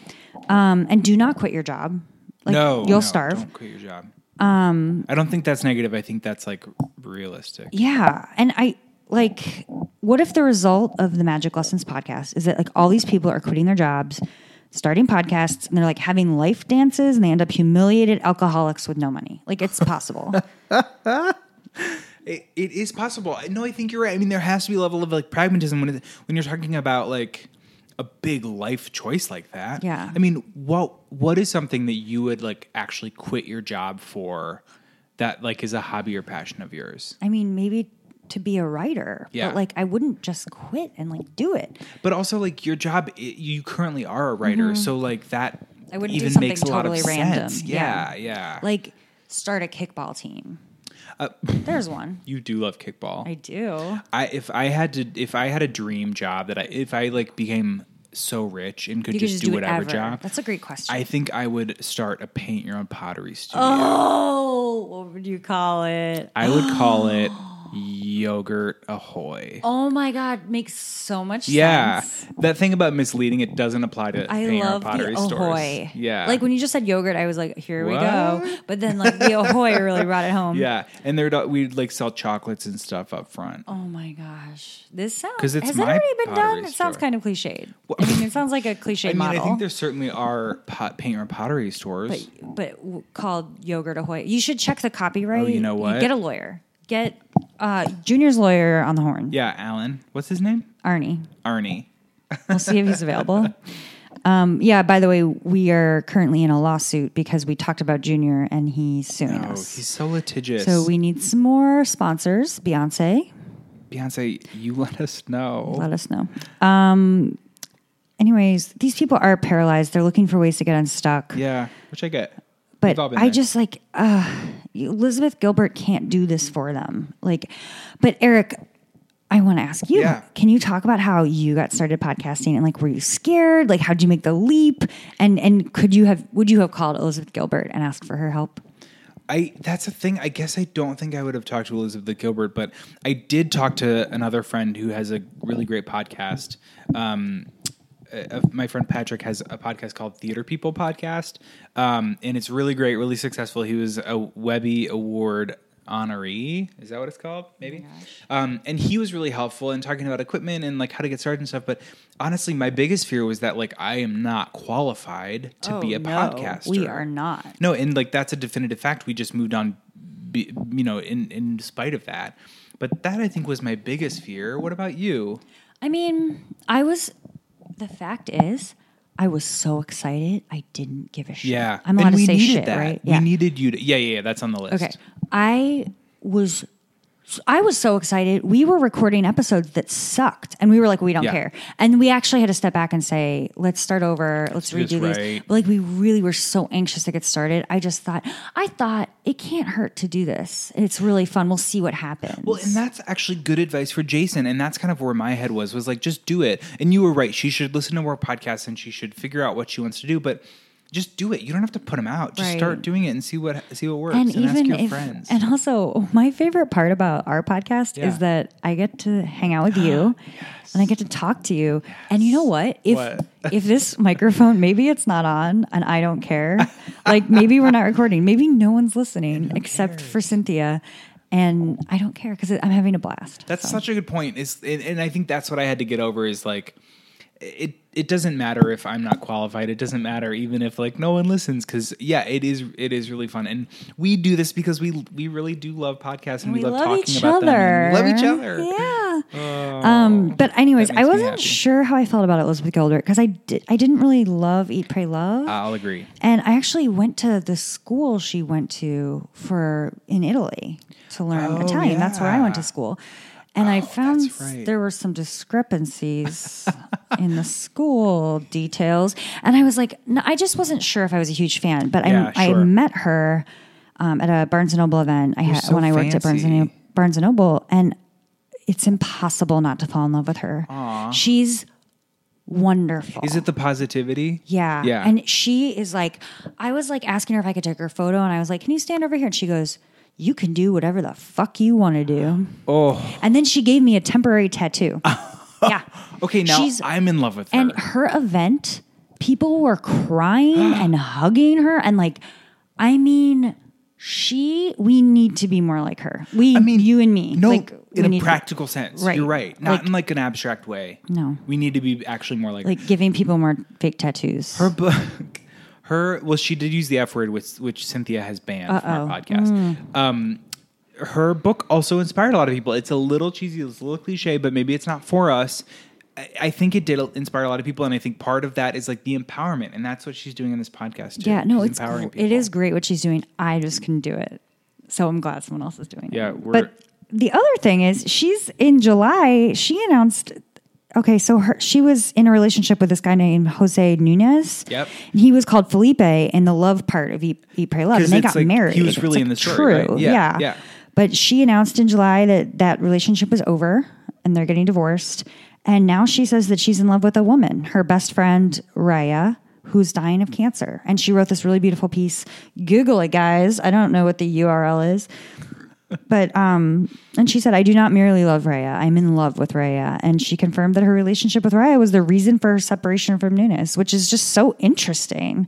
Speaker 2: Um, and do not quit your job. Like,
Speaker 1: no,
Speaker 2: you'll
Speaker 1: no,
Speaker 2: starve.
Speaker 1: Don't quit your job. Um, I don't think that's negative. I think that's like realistic.
Speaker 2: Yeah. And I like, what if the result of the Magic Lessons podcast is that like all these people are quitting their jobs, starting podcasts, and they're like having life dances and they end up humiliated alcoholics with no money? Like, it's possible.
Speaker 1: It, it is possible. I- No, I think you're right. I mean, there has to be a level of like pragmatism when it, when you're talking about like a big life choice like that.
Speaker 2: Yeah.
Speaker 1: I mean, what what is something that you would like actually quit your job for that like is a hobby or passion of yours?
Speaker 2: I mean, maybe to be a writer,
Speaker 1: Yeah.
Speaker 2: but like, I wouldn't just quit and like do it.
Speaker 1: But also like your job, i you currently are a writer, so like that
Speaker 2: Mm-hmm. I wouldn't do
Speaker 1: even
Speaker 2: something
Speaker 1: makes a lot of
Speaker 2: totally random.
Speaker 1: sense. Yeah,
Speaker 2: Yeah.
Speaker 1: yeah.
Speaker 2: Like, start a kickball team. There's one.
Speaker 1: you do love kickball.
Speaker 2: I do.
Speaker 1: Uh, I if I had to if I had a dream job that I if I like became so rich and could
Speaker 2: You
Speaker 1: just,
Speaker 2: could just
Speaker 1: do
Speaker 2: do
Speaker 1: whatever
Speaker 2: whatever.
Speaker 1: job.
Speaker 2: That's a great question.
Speaker 1: I think I would start a paint your own pottery studio.
Speaker 2: oh, what would you call it?
Speaker 1: I would call it yogurt ahoy.
Speaker 2: Oh my God, makes so much
Speaker 1: yeah.
Speaker 2: sense.
Speaker 1: That thing about misleading it doesn't apply to
Speaker 2: I
Speaker 1: paint
Speaker 2: love
Speaker 1: or pottery
Speaker 2: the
Speaker 1: stores.
Speaker 2: ahoy.
Speaker 1: Yeah.
Speaker 2: Like when you just said yogurt, I was like, here we go.
Speaker 1: What?
Speaker 2: But then like the ahoy really brought it home.
Speaker 1: yeah, and there'd we'd like sell chocolates and stuff up front.
Speaker 2: Oh my gosh. This sounds
Speaker 1: 'Cause it's
Speaker 2: has
Speaker 1: my
Speaker 2: it already been
Speaker 1: pottery
Speaker 2: done? It sounds
Speaker 1: store.
Speaker 2: kind of cliched. I mean, it sounds like a cliche
Speaker 1: I mean,
Speaker 2: model.
Speaker 1: I think there certainly are pot, paint or pottery stores.
Speaker 2: but but w- called yogurt ahoy. You should check the copyright.
Speaker 1: Oh, you know what?
Speaker 2: Get a lawyer. Get uh, Junior's lawyer on the horn.
Speaker 1: yeah, Alan, what's his name?
Speaker 2: Arnie.
Speaker 1: Arnie.
Speaker 2: We'll see if he's available. Um, yeah, by the way, we are currently in a lawsuit because we talked about Junior and he's suing
Speaker 1: Oh,
Speaker 2: us.
Speaker 1: he's so litigious.
Speaker 2: So we need some more sponsors. Beyonce,
Speaker 1: Beyonce, you let us know.
Speaker 2: let us know. Um, anyways, these people are paralyzed. They're looking for ways to get unstuck.
Speaker 1: yeah, which I get.
Speaker 2: but
Speaker 1: We've all been
Speaker 2: I
Speaker 1: there.
Speaker 2: just like uh, Elizabeth Gilbert can't do this for them. Like, but Eric, I want to ask you.
Speaker 1: Yeah.
Speaker 2: Can you talk about how you got started podcasting and like were you scared? Like how did you make the leap? And and could you have would you have called Elizabeth Gilbert and asked for her help?
Speaker 1: I that's a thing. I guess I don't think I would have talked to Elizabeth Gilbert, but I did talk to another friend who has a really great podcast. Um, uh, my friend Patrick has a podcast called Theater People Podcast, um, and it's really great, really successful. He was a Webby Award honoree. Is that what it's
Speaker 2: Oh
Speaker 1: called? Maybe. um, and he was really helpful in talking about equipment and like how to get started and stuff. But honestly, my biggest fear was that like I am not qualified to be a podcaster.
Speaker 2: Oh, We are not.
Speaker 1: No, and like that's a definitive fact. We just moved on, be, you know, in in spite of that. But that I think was my biggest fear. What about you?
Speaker 2: I mean, I was. The fact is, I was so excited. I didn't give a shit.
Speaker 1: Yeah,
Speaker 2: I'm
Speaker 1: And
Speaker 2: allowed to
Speaker 1: we
Speaker 2: say
Speaker 1: needed
Speaker 2: shit,
Speaker 1: that.
Speaker 2: right?
Speaker 1: We needed you to. Yeah, yeah, yeah. That's on the list.
Speaker 2: Okay. I was I was so excited. We were recording episodes that sucked and we were like we don't
Speaker 1: Yeah.
Speaker 2: care. And we actually had to step back and say, let's start over. Let's
Speaker 1: do this
Speaker 2: redo these.
Speaker 1: right.
Speaker 2: But, like we really were so anxious to get started. I just thought I thought it can't hurt to do this. It's really fun. We'll see what happens.
Speaker 1: Well, and that's actually good advice for Jason. And that's kind of where my head was, was like, just do it. And you were right. She should listen to our podcast and she should figure out what she wants to do, but just do it. You don't have to put them out. Just
Speaker 2: Right.
Speaker 1: start doing it and see what see what works. And,
Speaker 2: and
Speaker 1: ask
Speaker 2: even
Speaker 1: your
Speaker 2: if,
Speaker 1: friends.
Speaker 2: and also my favorite part about our podcast
Speaker 1: Yeah.
Speaker 2: is that I get to hang out with you and I get to talk to you. And you know what? If
Speaker 1: What?
Speaker 2: if this microphone maybe it's not on and I don't care. like maybe we're not recording. Maybe no one's listening except for Cynthia and I don't care cuz I'm having a blast.
Speaker 1: That's such a good point. Is and, and I think that's what I had to get over is like it it doesn't matter if I'm not qualified. It doesn't matter even if like no one listens cuz yeah, it is it is really fun. And we do this because we we really do love podcasts and we, love, talking about them. and we love each other. Oh,
Speaker 2: Yeah. um, but anyways,
Speaker 1: that
Speaker 2: I
Speaker 1: makes me
Speaker 2: wasn't
Speaker 1: happy.
Speaker 2: sure how I felt about Elizabeth Gilbert because I did I didn't really love Eat Pray Love.
Speaker 1: I'll agree.
Speaker 2: And I actually went to the school she went to for in Italy to learn
Speaker 1: Oh,
Speaker 2: Italian. That's where I went to
Speaker 1: yeah. Oh,
Speaker 2: school. And I found
Speaker 1: that's right.
Speaker 2: there were some discrepancies in the school details. And I was like, no, I just wasn't sure if I was a huge fan, but
Speaker 1: Yeah,
Speaker 2: I,
Speaker 1: sure.
Speaker 2: I met her um, at a Barnes and Noble event I had
Speaker 1: so
Speaker 2: when I worked at Barnes and,
Speaker 1: fancy.
Speaker 2: Barnes and Noble. And it's impossible not to fall in love with her. She's wonderful.
Speaker 1: Is it the positivity?
Speaker 2: Yeah.
Speaker 1: Yeah.
Speaker 2: And she is like, I was like asking her if I could take her photo, and I was like, Can you stand over here? And she goes, You can do whatever the fuck you want to do.
Speaker 1: oh.
Speaker 2: And then she gave me a temporary tattoo. yeah.
Speaker 1: Okay, now
Speaker 2: She's-
Speaker 1: I'm in love with her.
Speaker 2: And her event, people were crying and hugging her. And like, I mean, she, we need to be more like her. We,
Speaker 1: I mean,
Speaker 2: you and me.
Speaker 1: No,
Speaker 2: like, we
Speaker 1: in a
Speaker 2: need to-
Speaker 1: practical sense.
Speaker 2: Right.
Speaker 1: You're right. Not
Speaker 2: Like-
Speaker 1: in like an abstract way.
Speaker 2: No.
Speaker 1: We need to be actually more like
Speaker 2: like giving people more fake tattoos.
Speaker 1: Her book, her well, she did use the F word, which which Cynthia has banned from our podcast.
Speaker 2: Mm.
Speaker 1: Um, her book also inspired a lot of people. It's a little cheesy, it's a little cliche, but maybe it's not for us. I, I think it did inspire a lot of people, and I think part of that is like the empowerment, and that's what she's doing in this podcast. Too.
Speaker 2: Yeah, no,
Speaker 1: She's
Speaker 2: it's
Speaker 1: empowering
Speaker 2: gr- it
Speaker 1: people.
Speaker 2: is great what she's doing. I just couldn't do it, so I'm glad someone else is doing
Speaker 1: Yeah,
Speaker 2: it.
Speaker 1: we're-
Speaker 2: but the other thing is, she's in July. She announced. Okay, so her, she was in a relationship with this guy named Jose Nunez.
Speaker 1: Yep.
Speaker 2: And he was called Felipe in the love part of Eat, Eat Pray Love.
Speaker 1: 'Cause
Speaker 2: And they
Speaker 1: it's
Speaker 2: got
Speaker 1: like,
Speaker 2: married.
Speaker 1: he was really
Speaker 2: It's,
Speaker 1: in the
Speaker 2: like,
Speaker 1: story, right?
Speaker 2: True.
Speaker 1: Yeah,
Speaker 2: Yeah.
Speaker 1: yeah.
Speaker 2: But she announced in July that that relationship was over and they're getting divorced. And now she says that she's in love with a woman, her best friend, Raya, who's dying of cancer. And she wrote this really beautiful piece. Google it, guys. I don't know what the URL is. But um and she said I do not merely love Raya. I'm in love with Raya and she confirmed that her relationship with Raya was the reason for her separation from Nunes, which is just so interesting.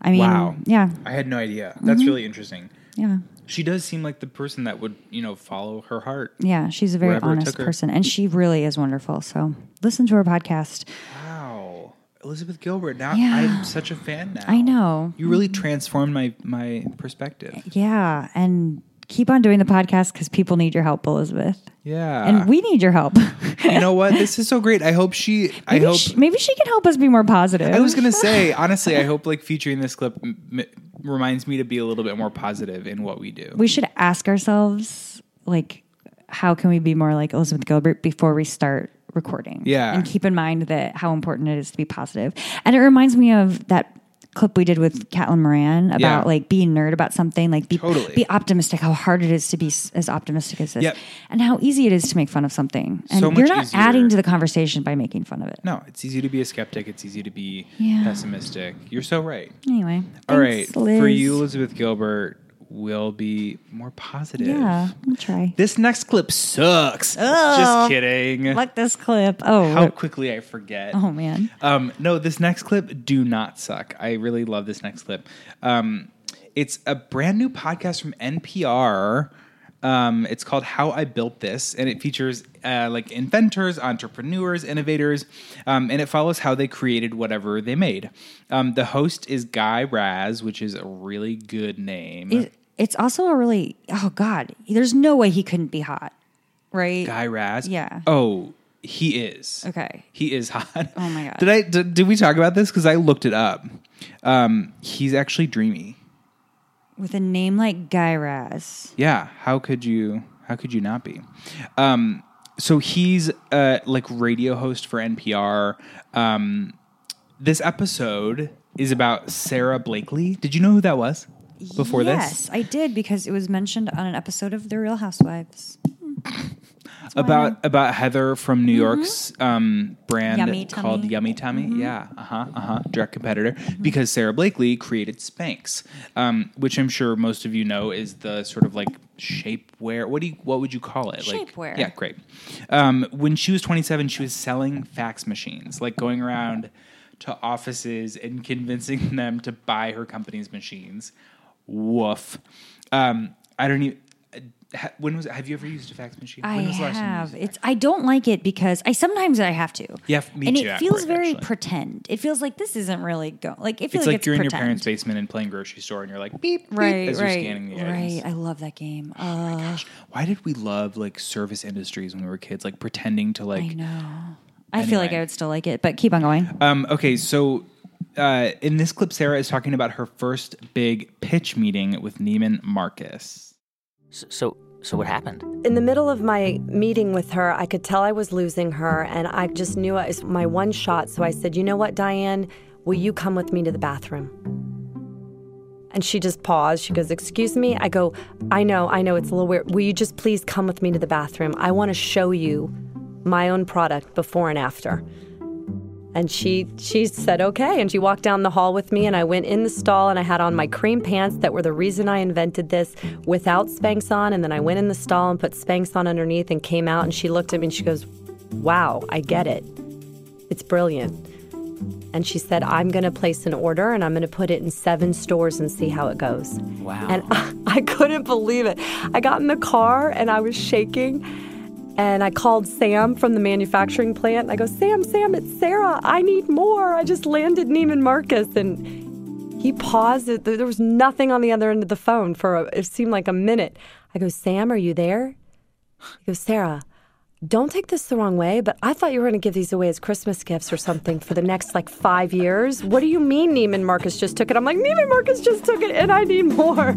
Speaker 2: I mean,
Speaker 1: wow.
Speaker 2: yeah. Mm-hmm.
Speaker 1: I had no idea. That's really interesting.
Speaker 2: Yeah.
Speaker 1: She does seem like the person that would you know follow her heart.
Speaker 2: Yeah, she's a very
Speaker 1: Wherever it
Speaker 2: honest
Speaker 1: took her.
Speaker 2: person, and she really is wonderful. So listen to her podcast.
Speaker 1: Wow. Elizabeth Gilbert. Now
Speaker 2: Yeah.
Speaker 1: I'm such a fan now.
Speaker 2: I know.
Speaker 1: You really transformed my my perspective.
Speaker 2: Yeah, and keep on doing the podcast because people need your help, Elizabeth,
Speaker 1: Yeah.
Speaker 2: and we need your help.
Speaker 1: you know what? This is so great. I hope she. I
Speaker 2: maybe,
Speaker 1: hope.
Speaker 2: she, maybe she can help us be more positive.
Speaker 1: I was gonna say honestly. I hope like featuring this clip m- m- reminds me to be a little bit more positive in what we do.
Speaker 2: we should ask ourselves like, how can we be more like Elizabeth Gilbert before we start recording?
Speaker 1: Yeah.
Speaker 2: and keep in mind that how important it is to be positive. And it reminds me of that clip we did with Catelyn Moran about
Speaker 1: Yeah.
Speaker 2: like being nerd about something, like be,
Speaker 1: Totally.
Speaker 2: be optimistic, how hard it is to be s- as optimistic as this,
Speaker 1: Yep.
Speaker 2: and how easy it is to make fun of something. And
Speaker 1: So much
Speaker 2: you're not
Speaker 1: easier.
Speaker 2: adding to the conversation by making fun of it.
Speaker 1: No, it's easy to be a skeptic. It's easy to be
Speaker 2: Yeah.
Speaker 1: pessimistic. You're so right.
Speaker 2: Anyway,
Speaker 1: All right.
Speaker 2: thanks, Liz.
Speaker 1: For you, Elizabeth Gilbert, will be more positive.
Speaker 2: yeah, I'll try.
Speaker 1: This next clip sucks.
Speaker 2: Ugh.
Speaker 1: Just kidding.
Speaker 2: Like this clip. Oh,
Speaker 1: How
Speaker 2: what-
Speaker 1: quickly I forget.
Speaker 2: oh man.
Speaker 1: Um, no, this next clip do not suck. I really love this next clip. Um, it's a brand new podcast from NPR. Um, it's called How I Built This, and it features uh, like inventors, entrepreneurs, innovators, um, and it follows how they created whatever they made. Um, the host is Guy Raz, which is a really good name.
Speaker 2: It- it's also a really oh god. There's no way he couldn't be hot, right?
Speaker 1: Guy Raz.
Speaker 2: Yeah.
Speaker 1: Oh, he is.
Speaker 2: Okay.
Speaker 1: He is hot.
Speaker 2: Oh my God.
Speaker 1: Did I did, did we talk about this? Because I looked it up. Um, he's actually dreamy.
Speaker 2: With a name like Guy Raz.
Speaker 1: Yeah. How could you? How could you not be? Um, so he's uh, like radio host for NPR. Um, this episode is about Sarah Blakely. Did you know who that was before this?
Speaker 2: yes, I did because it was mentioned on an episode of The Real Housewives.
Speaker 1: about about Heather from New York's um, brand
Speaker 2: Mm-hmm. Yummy
Speaker 1: called
Speaker 2: Tummy. Mm-hmm.
Speaker 1: Yummy Tummy. Yeah, uh huh, uh huh. Direct competitor because Sarah Blakely created Spanx, um, which I'm sure most of you know is the sort of like shapewear. What do you, what would you call it?
Speaker 2: Shapewear.
Speaker 1: Like, yeah, great. Um, when she was 27, she was selling fax machines, like going around to offices and convincing them to buy her company's machines. Woof. Um, I don't even. ha- When was have you ever used a fax machine?
Speaker 2: I
Speaker 1: when was the last time you used
Speaker 2: have.
Speaker 1: a
Speaker 2: It's I don't like it because I sometimes I have to.
Speaker 1: Yeah, me
Speaker 2: and
Speaker 1: too,
Speaker 2: it
Speaker 1: at
Speaker 2: feels
Speaker 1: work,
Speaker 2: very
Speaker 1: actually.
Speaker 2: pretend. It feels like this isn't really go. Like it feels
Speaker 1: it's
Speaker 2: like,
Speaker 1: like,
Speaker 2: it's
Speaker 1: you're in your
Speaker 2: pretend.
Speaker 1: parents' basement and playing grocery store, and you're like beep, beep,
Speaker 2: right,
Speaker 1: as
Speaker 2: right,
Speaker 1: you're scanning the Oh items.
Speaker 2: right. I love that game. Uh,
Speaker 1: Why did we love like service industries when we were kids, like pretending to
Speaker 2: I
Speaker 1: like?
Speaker 2: know. I feel like
Speaker 1: Anyway.
Speaker 2: I would still like it, but keep on going.
Speaker 1: Um, okay, so uh, in this clip, Sarah is talking about her first big pitch meeting with Neiman Marcus.
Speaker 5: So, so what happened?
Speaker 6: In the middle of my meeting with her, I could tell I was losing her, and I just knew it was my one shot. So I said, You know what, Diane? Will you come with me to the bathroom? And she just paused. She goes, Excuse me? I go, I know, I know, it's a little weird. Will you just please come with me to the bathroom? I want to show you my own product before and after. And she she said okay, and she walked down the hall with me, and I went in the stall, and I had on my cream pants that were the reason I invented this without Spanx on, and then I went in the stall and put Spanx on underneath, and came out, and she looked at me and she goes, "Wow, I get it. It's brilliant." And she said, "I'm going to place an order, and I'm going to put it in seven stores and see how it goes."
Speaker 5: Wow.
Speaker 6: And I couldn't believe it. I got in the car and I was shaking. And I called Sam from the manufacturing plant. And I go, Sam, Sam, it's Sarah. I need more. I just landed Neiman Marcus. And he paused. It. There there was nothing on the other end of the phone for a, it seemed like a minute. I go, Sam, are you there? He goes, Sarah, don't take this the wrong way, but I thought you were going to give these away as Christmas gifts or something for the next like five years. What do you mean Neiman Marcus just took it? I'm like, Neiman Marcus just took it and I need more.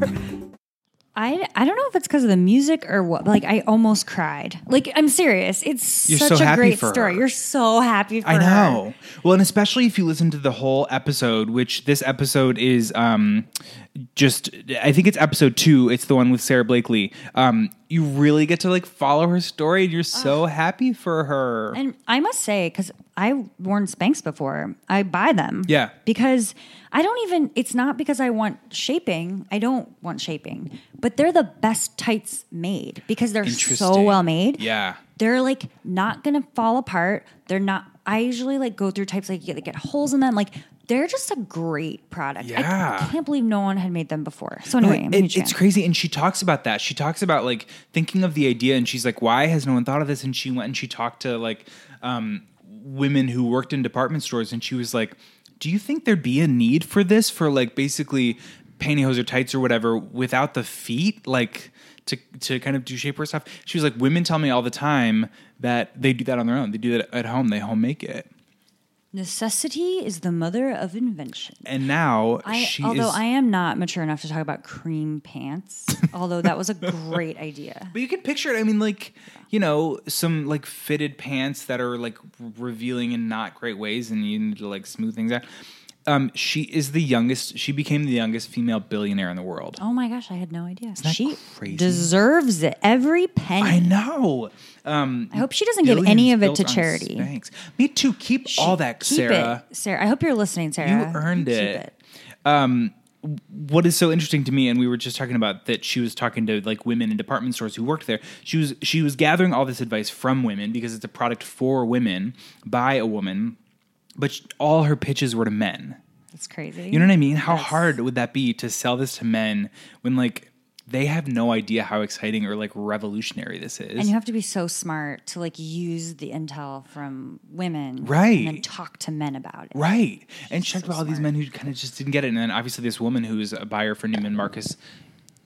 Speaker 2: I, I don't know if it's because of the music or what. but, Like I almost cried. Like I'm serious. It's
Speaker 1: You're
Speaker 2: such
Speaker 1: so
Speaker 2: a
Speaker 1: happy
Speaker 2: great
Speaker 1: for her.
Speaker 2: story. You're so happy. for
Speaker 1: I
Speaker 2: her.
Speaker 1: know. Well, and especially if you listen to the whole episode, which this episode is um just I think it's episode 2. It's the one with Sarah Blakely. Um you really get to like follow her story and you're so happy for her.
Speaker 2: And I must say, because I've worn Spanx before, I buy them.
Speaker 1: Yeah.
Speaker 2: Because I don't even, it's not because I want shaping. I don't want shaping, but they're the best tights made because they're so
Speaker 1: Interesting.
Speaker 2: well made.
Speaker 1: Yeah.
Speaker 2: They're like not going to fall apart. They're not, I usually like go through types like you get, get holes in them. Like they're just a great product. I- I,
Speaker 1: Yeah.
Speaker 2: can't believe no one had made them before. So anyway, I'm a
Speaker 1: It-
Speaker 2: huge
Speaker 1: it's
Speaker 2: fan.
Speaker 1: crazy. And she talks about that. She talks about like thinking of the idea and she's like, why has no one thought of this? And she went and she talked to like um, women who worked in department stores and she was like, do you think there'd be a need for this for like basically pantyhose or tights or whatever without the feet? Like, to, to kind of do shapewear stuff. She was like, women tell me all the time that they do that on their own. They do that at home. They home make it.
Speaker 2: Necessity is the mother of invention.
Speaker 1: And now
Speaker 2: I,
Speaker 1: she
Speaker 2: although
Speaker 1: is.
Speaker 2: I am not mature enough to talk about cream pants, although that was a great idea.
Speaker 1: But you can picture it. I mean, like you know, some like fitted pants that are like r- revealing in not great ways, and you need to like smooth things out. Um, she is the youngest. She became the youngest female billionaire in the world.
Speaker 2: Oh my gosh, I had no idea.
Speaker 1: that
Speaker 2: she
Speaker 1: crazy?
Speaker 2: deserves it. Every penny.
Speaker 1: I
Speaker 2: I,
Speaker 1: know. Um,
Speaker 2: hope she doesn't give any
Speaker 1: billions
Speaker 2: of it to
Speaker 1: built on
Speaker 2: charity.
Speaker 1: Spanx. Me too. Keep all that,
Speaker 2: Keep
Speaker 1: Sarah.
Speaker 2: it, Sarah. I hope you're listening, Sarah.
Speaker 1: You earned
Speaker 2: Keep
Speaker 1: it. Um, what is so interesting to me, and we were just talking about that she was talking to like women in department stores who worked there. She was she was gathering all this advice from women because it's a product for women by a woman, but sh all her pitches were to men.
Speaker 2: That's crazy.
Speaker 1: You know what I mean? How hard would that be to sell this to men when like they have no idea how exciting or like revolutionary this is?
Speaker 2: and you have to be so smart to like use the intel from women,
Speaker 1: Right.
Speaker 2: And then talk to men about it.
Speaker 1: Right. And checked out all these men who kind of just didn't get it. And then obviously this woman who is a buyer for Neiman Marcus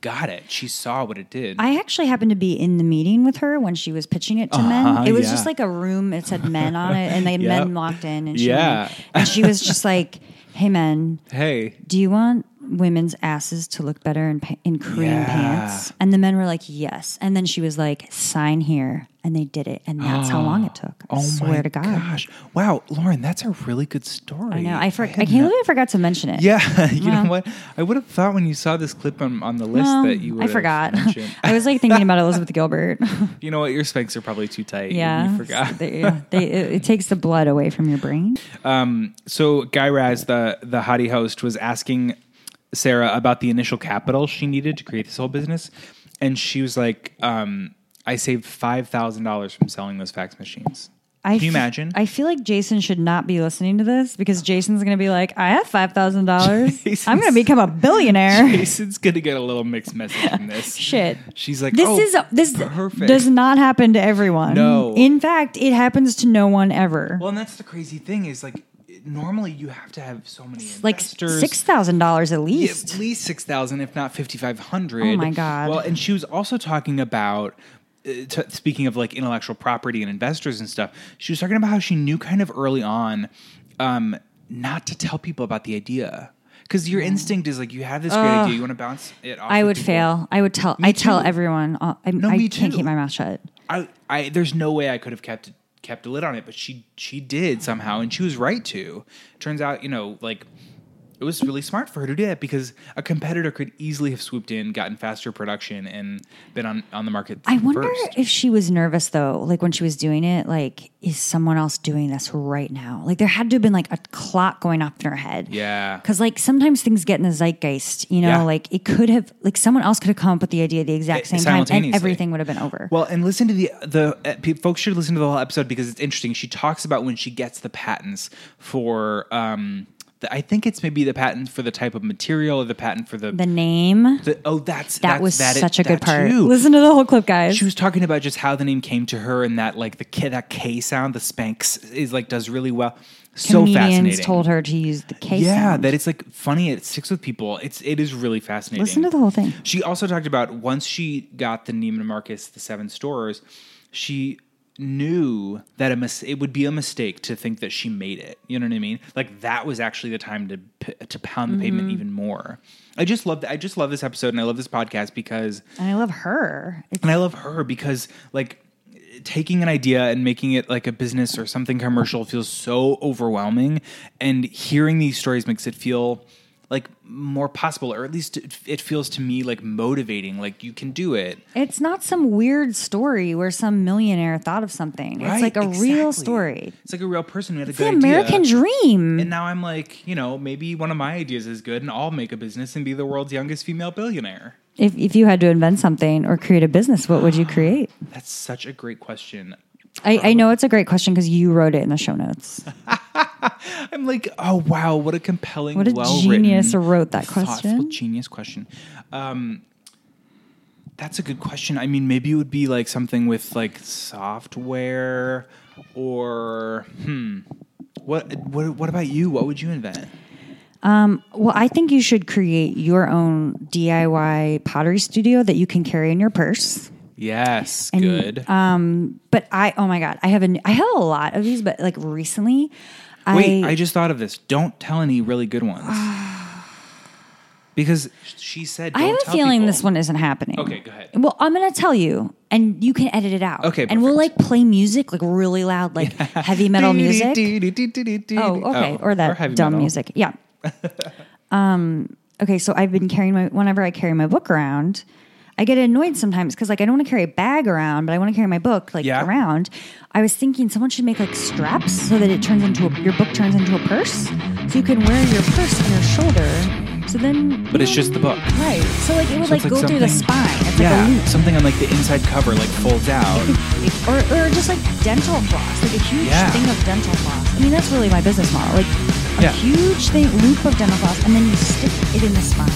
Speaker 1: got it. She saw what it did.
Speaker 2: I actually happened to be in the meeting with her when she was pitching it to men. It was
Speaker 1: Uh-huh, yeah.
Speaker 2: just like a room. It said men on it, and they had men walked in, and she went in.
Speaker 1: Yeah.
Speaker 2: and she was just like, "Hey, men,
Speaker 1: hey.
Speaker 2: do you want women's asses to look better in, pa- in Korean
Speaker 1: Yeah.
Speaker 2: pants?" And the men were like, "Yes." And then she was like, "Sign here," and they did it, and that's how long it took. I
Speaker 1: Oh
Speaker 2: swear
Speaker 1: my
Speaker 2: to God.
Speaker 1: gosh. Wow, Lauren, that's a really good story.
Speaker 2: I know. I, for- I
Speaker 1: had
Speaker 2: can't
Speaker 1: no-
Speaker 2: believe I forgot to mention it.
Speaker 1: Yeah, you
Speaker 2: Well.
Speaker 1: know what? I would have thought when you saw this clip on, on the list
Speaker 2: Well,
Speaker 1: that you would
Speaker 2: Um, I forgot. I
Speaker 1: I
Speaker 2: was like thinking about Elizabeth Gilbert.
Speaker 1: you know what? Your spanks are probably too tight. You-
Speaker 2: yeah,
Speaker 1: You forgot.
Speaker 2: They, yeah, they- it, it takes the blood away from your brain.
Speaker 1: So Guy Raz, the the hottie host, was asking Sarah about the initial capital she needed to create this whole business, and she was like, um, "I saved five thousand dollars from selling those fax machines."
Speaker 2: I
Speaker 1: Can you
Speaker 2: f-
Speaker 1: imagine?
Speaker 2: I feel like Jason should not be listening to this because Jason's going to be like, "I have five thousand dollars. I'm going to
Speaker 1: Jason's-
Speaker 2: become a
Speaker 1: Oh,
Speaker 2: billionaire."
Speaker 1: Jason's gonna get a little mixed message from this.
Speaker 2: Shit.
Speaker 1: She's like,
Speaker 2: This
Speaker 1: "Oh,
Speaker 2: is this
Speaker 1: perfect."
Speaker 2: does not happen to everyone.
Speaker 1: No.
Speaker 2: in fact, it happens to no one ever.
Speaker 1: Well, and that's the crazy thing is like, normally you have to have so many
Speaker 2: like
Speaker 1: investors.
Speaker 2: six thousand dollars at
Speaker 1: Yeah,
Speaker 2: least.
Speaker 1: at least 6,000, if not 5,500.
Speaker 2: Oh my God.
Speaker 1: Well, and she was also talking about. uh, T- speaking of like intellectual property and investors and stuff, she was talking about how she knew kind of early on um, not to tell people about the idea because your instinct is like you have this great idea, you want to bounce it off.
Speaker 2: I
Speaker 1: with
Speaker 2: would
Speaker 1: people.
Speaker 2: fail. I would tell. I tell
Speaker 1: too.
Speaker 2: everyone. uh, I,
Speaker 1: No,
Speaker 2: I
Speaker 1: me
Speaker 2: can't
Speaker 1: too.
Speaker 2: keep my mouth shut.
Speaker 1: I, I there's no way I could have kept kept a lid on it, but she she did somehow, and she was right to. Turns out, you know, like it was really smart for her to do that because a competitor could easily have swooped in, gotten faster production, and been on on the market.
Speaker 2: I wonder
Speaker 1: first.
Speaker 2: if she was nervous though, like when she was doing it, like, is someone else doing this right now? Like, there had to have been like a clock going off in her head.
Speaker 1: Yeah.
Speaker 2: Cause like sometimes things get in the zeitgeist, you know,
Speaker 1: Yeah. Eh,
Speaker 2: like it could have, like someone else could have come up with the idea at the exact same time and
Speaker 1: simultaneously.
Speaker 2: everything would have been over.
Speaker 1: Well, and listen to the the uh, pe- folks should listen to the whole episode because it's interesting. She talks about when she gets the patents for um the, I think it's maybe the patent for the type of material or the patent for the,
Speaker 2: the name, that
Speaker 1: the- oh that's that's-
Speaker 2: was
Speaker 1: that it-
Speaker 2: such a good
Speaker 1: that
Speaker 2: part.
Speaker 1: too.
Speaker 2: Listen to the whole clip, guys.
Speaker 1: She was talking about just how the name came to her and that like the K, that K sound, the Spanx is like does really well. So
Speaker 2: Comedians
Speaker 1: fascinating.
Speaker 2: told her to use the case.
Speaker 1: yeah,
Speaker 2: sound.
Speaker 1: that it's like funny. It sticks with people. It's it is really fascinating.
Speaker 2: Listen to the whole thing.
Speaker 1: She also talked about once she got the Neiman Marcus, the seven stores, she knew that a mis- it would be a mistake to think that she made it. You know what I mean? Like that was actually the time to p- to pound the pavement
Speaker 2: Mm-hmm.
Speaker 1: even more. I just love I just love this episode and I love this podcast because
Speaker 2: and I love her. It's
Speaker 1: and I love her because like taking an idea and making it like a business or something commercial feels so overwhelming and hearing these stories makes it feel like more possible or at least it, it feels to me like motivating like you can do it
Speaker 2: It's not some weird story where some millionaire thought of something.
Speaker 1: Right,
Speaker 2: it's like a real
Speaker 1: exactly.
Speaker 2: story.
Speaker 1: it's like a real person who had a
Speaker 2: It's the
Speaker 1: good
Speaker 2: American
Speaker 1: idea
Speaker 2: dream.
Speaker 1: and now i'm like you know maybe one of my ideas is good and i'll make a business and be the world's youngest female billionaire
Speaker 2: if, if you had to invent something or create a business, what would you create?
Speaker 1: that's such a great question
Speaker 2: I, I know it's a great question because you wrote it in the show notes.
Speaker 1: I'm like, oh wow, what a compelling,
Speaker 2: What a
Speaker 1: well-written,
Speaker 2: genius wrote that
Speaker 1: thoughtful,
Speaker 2: question.
Speaker 1: Genius question. Um, that's a good question. I mean, maybe it would be like something with like software, or hmm, what what what about you? What would you invent?
Speaker 2: Well, I think you should create your own DIY pottery studio that you can carry in your purse.
Speaker 1: Yes,
Speaker 2: And,
Speaker 1: good.
Speaker 2: But I, oh my God, I have a, I have a lot of these, but like recently,
Speaker 1: Wait,
Speaker 2: I,
Speaker 1: I just thought of this. Don't tell any really good ones. Because she said,
Speaker 2: I
Speaker 1: don't
Speaker 2: have a
Speaker 1: tell
Speaker 2: feeling
Speaker 1: people.
Speaker 2: this one isn't happening.
Speaker 1: Okay, go ahead.
Speaker 2: Well, I'm gonna tell you, and you can edit it out.
Speaker 1: Okay,
Speaker 2: and we'll like
Speaker 1: perfect.
Speaker 2: play music, like really loud, like heavy metal music.
Speaker 1: Do-do-do-do-do-do-do.
Speaker 2: Oh, okay,
Speaker 1: Oh,
Speaker 2: or that
Speaker 1: heavy
Speaker 2: dumb
Speaker 1: metal.
Speaker 2: music. Yeah, Um, okay, so I've been carrying my whenever I carry my book around, I get annoyed sometimes because like I don't want to carry a bag around, but I want to carry my book like
Speaker 1: Yeah.
Speaker 2: around. I was thinking someone should make like straps so that it turns into a, your book turns into a purse, so you can wear your purse on your shoulder. So then,
Speaker 1: But it's just the book.
Speaker 2: right? So like it would
Speaker 1: So
Speaker 2: like,
Speaker 1: it's like
Speaker 2: go through the
Speaker 1: something-
Speaker 2: spine. It's
Speaker 1: yeah,
Speaker 2: like a loop.
Speaker 1: something on like the inside cover like folds out.
Speaker 2: or, or just like dental floss, like a huge
Speaker 1: Yeah.
Speaker 2: thing of dental floss. I mean, that's really my business model. Like a
Speaker 1: Yeah.
Speaker 2: huge thing, loop of dental floss, and then you stick it in the spine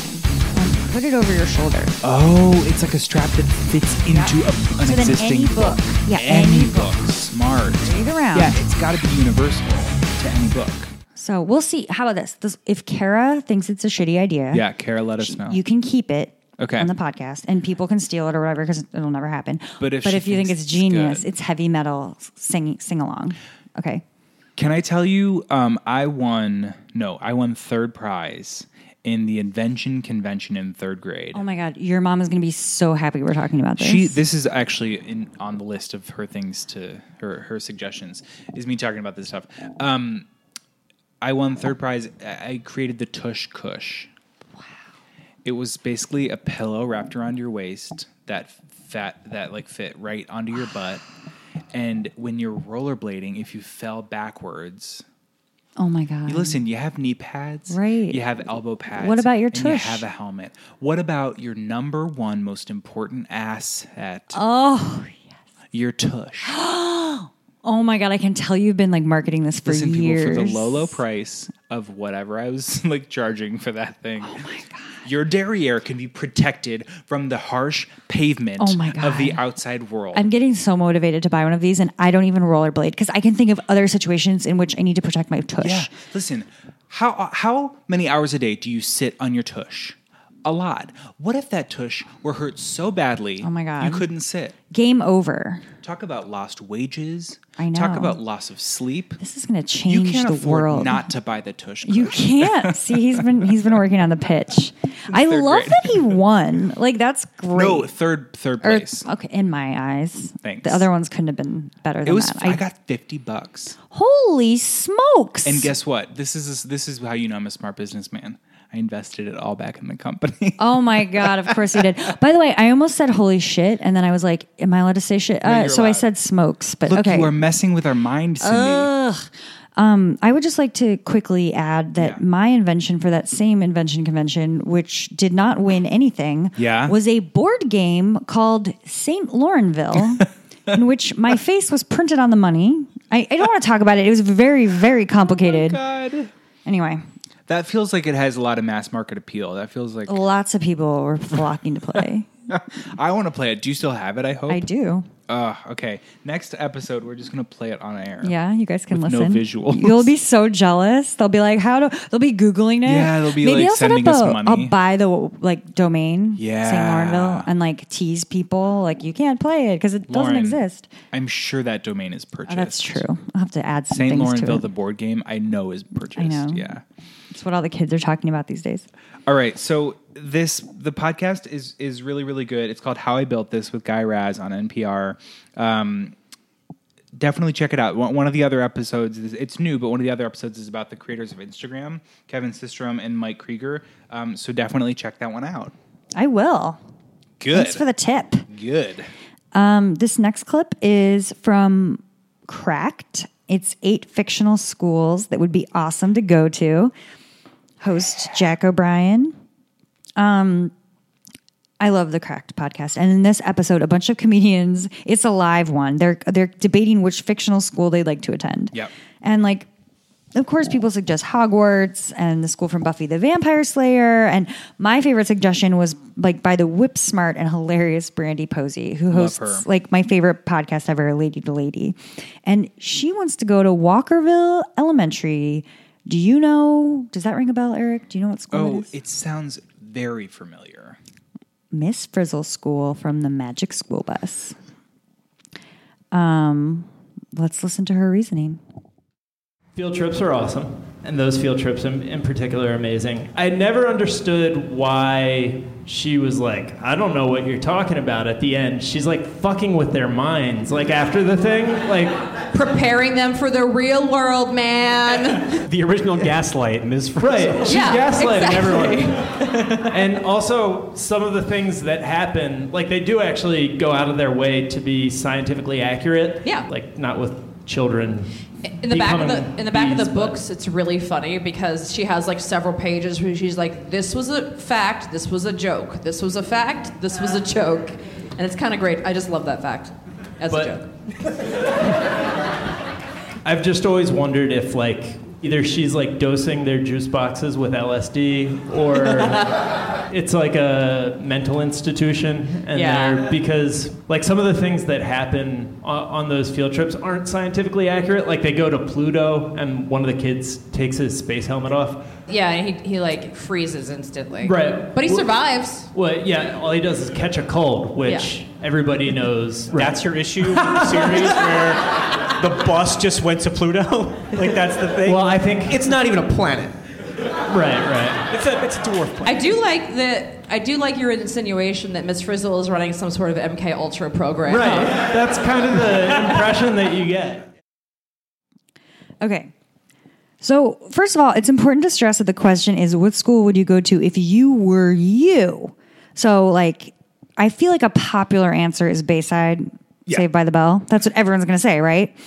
Speaker 2: and put it over your shoulder.
Speaker 1: oh, it's like a strap that fits into a, an
Speaker 2: So then
Speaker 1: existing
Speaker 2: any book, yeah,
Speaker 1: Any,
Speaker 2: any
Speaker 1: book. Smart.
Speaker 2: Read around.
Speaker 1: Yeah, it's got to be universal to any book.
Speaker 2: So we'll see. How about this? this if Kara thinks it's a shitty idea,
Speaker 1: Yeah, Kara, let us know.
Speaker 2: you can keep it.
Speaker 1: Okay.
Speaker 2: On the podcast, and people can steal it or whatever because it'll never happen.
Speaker 1: But if she
Speaker 2: you think
Speaker 1: thinks
Speaker 2: it's
Speaker 1: it's
Speaker 2: genius,
Speaker 1: good.
Speaker 2: it's heavy metal sing sing along. Okay.
Speaker 1: Can I tell you? Um, I won. No, I won third prize in the invention convention in third grade.
Speaker 2: Oh my god, your mom is going to be so happy we're talking about this.
Speaker 1: She. This is actually in, on the list of her things to her her suggestions. Is me talking about this stuff. Um, I won third prize. I I created the Tush Cush. It was basically a pillow wrapped around your waist that fat that like fit right onto your butt. And when you're rollerblading, if you fell backwards,
Speaker 2: oh my god.
Speaker 1: You listen, you have knee pads,
Speaker 2: Right.
Speaker 1: You have elbow pads.
Speaker 2: What about your
Speaker 1: and You
Speaker 2: tush?
Speaker 1: have a helmet. What about your number one most important asset?
Speaker 2: Oh,
Speaker 1: Your tush.
Speaker 2: oh my god! I can tell you've been like marketing this for
Speaker 1: Listen,
Speaker 2: years.
Speaker 1: people, for the low, low price of whatever I was like charging for that thing. Oh my god. Your derriere can be protected from the harsh pavement
Speaker 2: Oh my
Speaker 1: of the
Speaker 2: God.
Speaker 1: outside world.
Speaker 2: I'm getting so motivated to buy one of these, and I don't even rollerblade because I can think of other situations in which I need to protect my tush.
Speaker 1: Yeah. Listen, how how many hours a day do you sit on your tush? A lot. What if that tush were hurt so badly?
Speaker 2: Oh my God.
Speaker 1: You couldn't sit.
Speaker 2: Game over.
Speaker 1: Talk about lost wages.
Speaker 2: I
Speaker 1: Talk
Speaker 2: know.
Speaker 1: about loss of sleep.
Speaker 2: This is going to
Speaker 1: You
Speaker 2: change
Speaker 1: can't
Speaker 2: the
Speaker 1: afford
Speaker 2: world.
Speaker 1: not to buy the tush.
Speaker 2: you
Speaker 1: Kush.
Speaker 2: can't see. He's been he's been working on the pitch. I
Speaker 1: third
Speaker 2: love
Speaker 1: grade.
Speaker 2: that he won. Like that's great.
Speaker 1: No, third third
Speaker 2: Or-
Speaker 1: place.
Speaker 2: okay, in my eyes,
Speaker 1: Thanks.
Speaker 2: the other ones couldn't have been better
Speaker 1: it
Speaker 2: than
Speaker 1: was.
Speaker 2: that.
Speaker 1: I, got fifty bucks.
Speaker 2: holy smokes!
Speaker 1: And guess what? This is this is how you know I'm a smart businessman. I invested it all back in the company.
Speaker 2: Oh my god! Of course you did. By the way, I almost said "holy shit," and then I was like, "Am I allowed to say shit?" Uh,
Speaker 1: you're
Speaker 2: so I
Speaker 1: allowed.
Speaker 2: said "smokes," but
Speaker 1: Look,
Speaker 2: okay. Oh,
Speaker 1: you are messing with our mind, Cindy.
Speaker 2: Ugh. Um, I would just like to quickly add that
Speaker 1: Yeah.
Speaker 2: my invention for that same invention convention, which did not win anything,
Speaker 1: Yeah.
Speaker 2: was a board game called St. Laurenville, in which my face was printed on the money. I, I don't want to talk about it. It was very, very complicated.
Speaker 1: Oh God,
Speaker 2: anyway,
Speaker 1: that feels like it has a lot of mass market appeal. That feels like
Speaker 2: lots of people were flocking to play.
Speaker 1: I want to play it. Do you still have it? I hope.
Speaker 2: I do.
Speaker 1: Ugh, okay. Next episode, we're just gonna play it on air.
Speaker 2: Yeah, you guys can
Speaker 1: With no
Speaker 2: listen.
Speaker 1: visuals.
Speaker 2: You'll be so jealous. They'll be like, "How do?" They'll be googling it.
Speaker 1: Yeah, they'll be,
Speaker 2: Maybe
Speaker 1: like,
Speaker 2: I'll set
Speaker 1: sending
Speaker 2: up
Speaker 1: us
Speaker 2: a-
Speaker 1: money.
Speaker 2: I'll buy the like domain.
Speaker 1: Yeah.
Speaker 2: St. Laurenville, and like tease people like you can't play it because it doesn't
Speaker 1: Lauren,
Speaker 2: exist.
Speaker 1: I'm sure that domain is purchased.
Speaker 2: Oh, that's true. I'll have to add some
Speaker 1: St.
Speaker 2: things to
Speaker 1: Laurenville,
Speaker 2: it.
Speaker 1: the board game, I know is purchased.
Speaker 2: know.
Speaker 1: Yeah.
Speaker 2: It's what all the kids are talking about these days.
Speaker 1: All right. So this the podcast is is really really good. It's called How I Built This with Guy Raz on NPR. Um, definitely check it out. One, one of the other episodes is it's new, but one of the other episodes is about the creators of Instagram, Kevin Systrom and Mike Krieger. Um, so definitely check that one out.
Speaker 2: I will.
Speaker 1: Good.
Speaker 2: Thanks for the tip.
Speaker 1: good.
Speaker 2: Um, this next clip is from Cracked. It's eight fictional schools that would be awesome to go to. Host Jack O'Brien. Um, I love the Cracked podcast, and in this episode, a bunch of comedians. It's a live one. They're they're debating which fictional school they'd like to attend.
Speaker 1: Yep.
Speaker 2: and like. Of course, people suggest Hogwarts and the school from Buffy the Vampire Slayer. And my favorite suggestion was like by the whip smart and hilarious Brandy Posey, who hosts
Speaker 1: her.
Speaker 2: like my favorite podcast ever, Lady to Lady. And she wants to go to Walkerville Elementary. Do you know? Does that ring a bell, Eric? Do you know what school
Speaker 1: Oh,
Speaker 2: it is?
Speaker 1: it sounds very familiar.
Speaker 2: Miss Frizzle School from the Magic School Bus. Um, let's listen to her reasoning.
Speaker 7: Field trips are awesome. and those field trips in, in particular are amazing. I never understood why she was like, I don't know what you're talking about at the end. She's like fucking with their minds, like after the thing. Like,
Speaker 8: Preparing them for the real world, man.
Speaker 9: The original Gaslight, Ms. Frizzle.
Speaker 7: right, she's
Speaker 8: Yeah,
Speaker 7: gaslighting
Speaker 8: exactly.
Speaker 7: everyone. and also, some of the things that happen, like they do actually go out of their way to be scientifically accurate.
Speaker 8: Yeah.
Speaker 7: Like, not with children.
Speaker 8: In the back of
Speaker 7: becoming
Speaker 8: the in the back of
Speaker 7: bees,
Speaker 8: the
Speaker 7: but-
Speaker 8: books, it's really funny because she has like several pages where she's like, "This was a fact. This was a joke. This was a fact. This was a joke," and it's kind of great. I just love that fact as
Speaker 7: But-
Speaker 8: a joke.
Speaker 7: I've just always wondered if like either she's like dosing their juice boxes with LSD or it's like a mental institution and
Speaker 8: Yeah.
Speaker 7: they're because like some of the things that happen on, on those field trips aren't scientifically accurate like they go to Pluto and one of the kids takes his space helmet off
Speaker 8: Yeah, and he he like freezes instantly.
Speaker 7: Right.
Speaker 8: but he
Speaker 7: Well-
Speaker 8: survives.
Speaker 7: well yeah all he does is catch a cold which everybody knows
Speaker 9: That's your issue with the series where the bus just went to Pluto? like, that's the thing?
Speaker 7: well I think
Speaker 9: it's not even a planet.
Speaker 7: right right
Speaker 9: It's a, it's a dwarf planet.
Speaker 8: I do like that. I do like your insinuation that Miss Frizzle is running some sort of MK Ultra program.
Speaker 7: right that's kind of the impression that you get
Speaker 2: Okay. So, first of all, it's important to stress that the question is what school would you go to if you were you? So, like, I feel like a popular answer is Bayside,
Speaker 1: Yeah.
Speaker 2: Saved by the Bell. That's what everyone's going to say, right?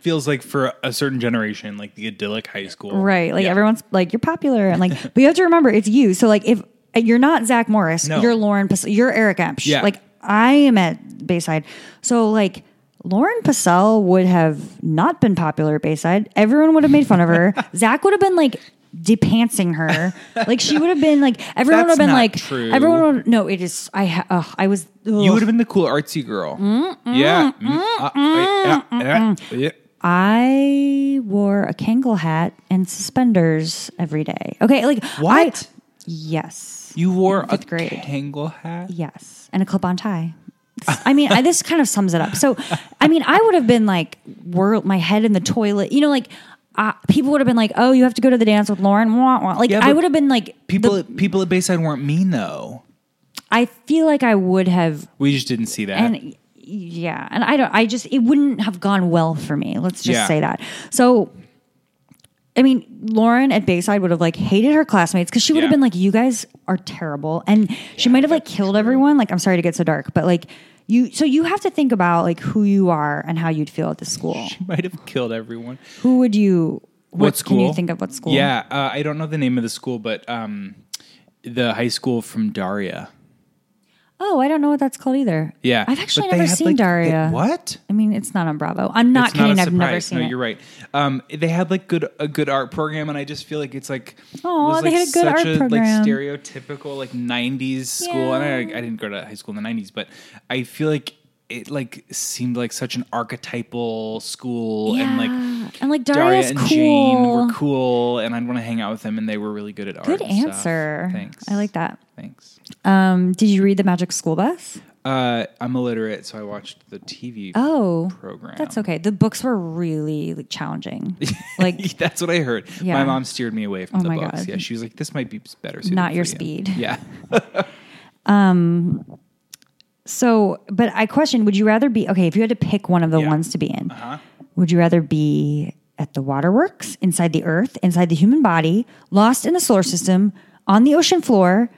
Speaker 1: Feels like for a certain generation, like the idyllic high school.
Speaker 2: Right. Like,
Speaker 1: Yeah.
Speaker 2: everyone's like, you're popular. And, like, but you have to remember it's you. So, like, if you're not Zach Morris,
Speaker 1: No.
Speaker 2: you're Lauren, Pas- you're Eric Epsch.
Speaker 1: Yeah.
Speaker 2: Like, I am at Bayside. So, like, Lauren Passell would have not been popular at Bayside. Everyone would have made fun of her. Zach would have been like depantsing her. Like she would have been like everyone
Speaker 1: That's
Speaker 2: would have been
Speaker 1: not
Speaker 2: like
Speaker 1: true.
Speaker 2: everyone would no. It is I ha- ugh, I was
Speaker 1: You
Speaker 2: ugh.
Speaker 1: would have been the cool artsy girl. yeah. Mm, uh, yeah,
Speaker 2: mm,
Speaker 1: yeah, yeah.
Speaker 2: I wore a Kangol hat and suspenders every day. Okay, like
Speaker 1: What?
Speaker 2: I, yes,
Speaker 1: You wore a
Speaker 2: Fifth grade.
Speaker 1: Kangol hat.
Speaker 2: yes, and a clip-on tie. I mean, I, this kind of sums it up. So, I mean, I would have been like, whirl my head in the toilet. You know, like uh, people would have been like, "Oh, you have to go to the dance with Lauren." Wah, wah. Like
Speaker 1: Yeah,
Speaker 2: I
Speaker 1: but
Speaker 2: would have been like,
Speaker 1: People,
Speaker 2: the-
Speaker 1: at, people at Bayside weren't mean though.
Speaker 2: I feel like I would have,
Speaker 1: We just didn't see that.
Speaker 2: and yeah, and I don't. I just it wouldn't have gone well for me. Let's just
Speaker 1: Yeah.
Speaker 2: say that. So, I mean, Lauren at Bayside would have like hated her classmates because she would have
Speaker 1: Yeah.
Speaker 2: been like, "You guys are terrible," and she might have like killed everyone. Like, I'm sorry to get so dark, but like you, so you have to think about like who you are and how you'd feel at the school.
Speaker 1: she might have killed everyone.
Speaker 2: Who would you? What,
Speaker 1: what school?
Speaker 2: Can you think of what school?
Speaker 1: Yeah, uh, I don't know the name of the school, but um, the high school from Daria.
Speaker 2: Oh, I don't know what that's called either.
Speaker 1: Yeah,
Speaker 2: I've actually
Speaker 1: But they
Speaker 2: never
Speaker 1: had,
Speaker 2: seen
Speaker 1: like, the-
Speaker 2: Daria.
Speaker 1: what?
Speaker 2: I mean, it's not on Bravo. I'm not
Speaker 1: It's
Speaker 2: kidding.
Speaker 1: a
Speaker 2: I've never
Speaker 1: surprise.
Speaker 2: seen
Speaker 1: no,
Speaker 2: it.
Speaker 1: you're right. Um, they had like good a good art program, and I just feel like it's like
Speaker 2: Aw,
Speaker 1: was,
Speaker 2: they
Speaker 1: like,
Speaker 2: had a good
Speaker 1: such
Speaker 2: art
Speaker 1: a,
Speaker 2: program.
Speaker 1: Like stereotypical like '90s school, and I, I didn't go to high school in the '90s, but I feel like it like seemed like such an archetypal school, and
Speaker 2: Yeah.
Speaker 1: like
Speaker 2: And, like,
Speaker 1: Daria
Speaker 2: Daria's
Speaker 1: and Jane
Speaker 2: cool.
Speaker 1: were cool, and I'd want to hang out with them, and they were really good at art.
Speaker 2: Good
Speaker 1: and stuff.
Speaker 2: answer.
Speaker 1: Thanks.
Speaker 2: I like that.
Speaker 1: Thanks.
Speaker 2: Um, did you read The Magic School Bus?
Speaker 1: Uh, I'm illiterate, so I watched the TV.
Speaker 2: Oh,
Speaker 1: Program.
Speaker 2: That's okay. The books were really like, challenging. Like
Speaker 1: That's what I heard.
Speaker 2: Yeah.
Speaker 1: My mom steered me away from
Speaker 2: Oh
Speaker 1: the
Speaker 2: my
Speaker 1: books.
Speaker 2: God.
Speaker 1: Yeah, she was like, "This might be better suited
Speaker 2: Not
Speaker 1: for
Speaker 2: your
Speaker 1: you."
Speaker 2: speed.
Speaker 1: Yeah,
Speaker 2: so, but I question: Would you rather be okay if you had to pick one of the
Speaker 1: Yeah. Uh-huh.
Speaker 2: ones to be in? Would you rather be at the waterworks, inside the Earth, inside the human body, lost in the solar system, on the ocean floor,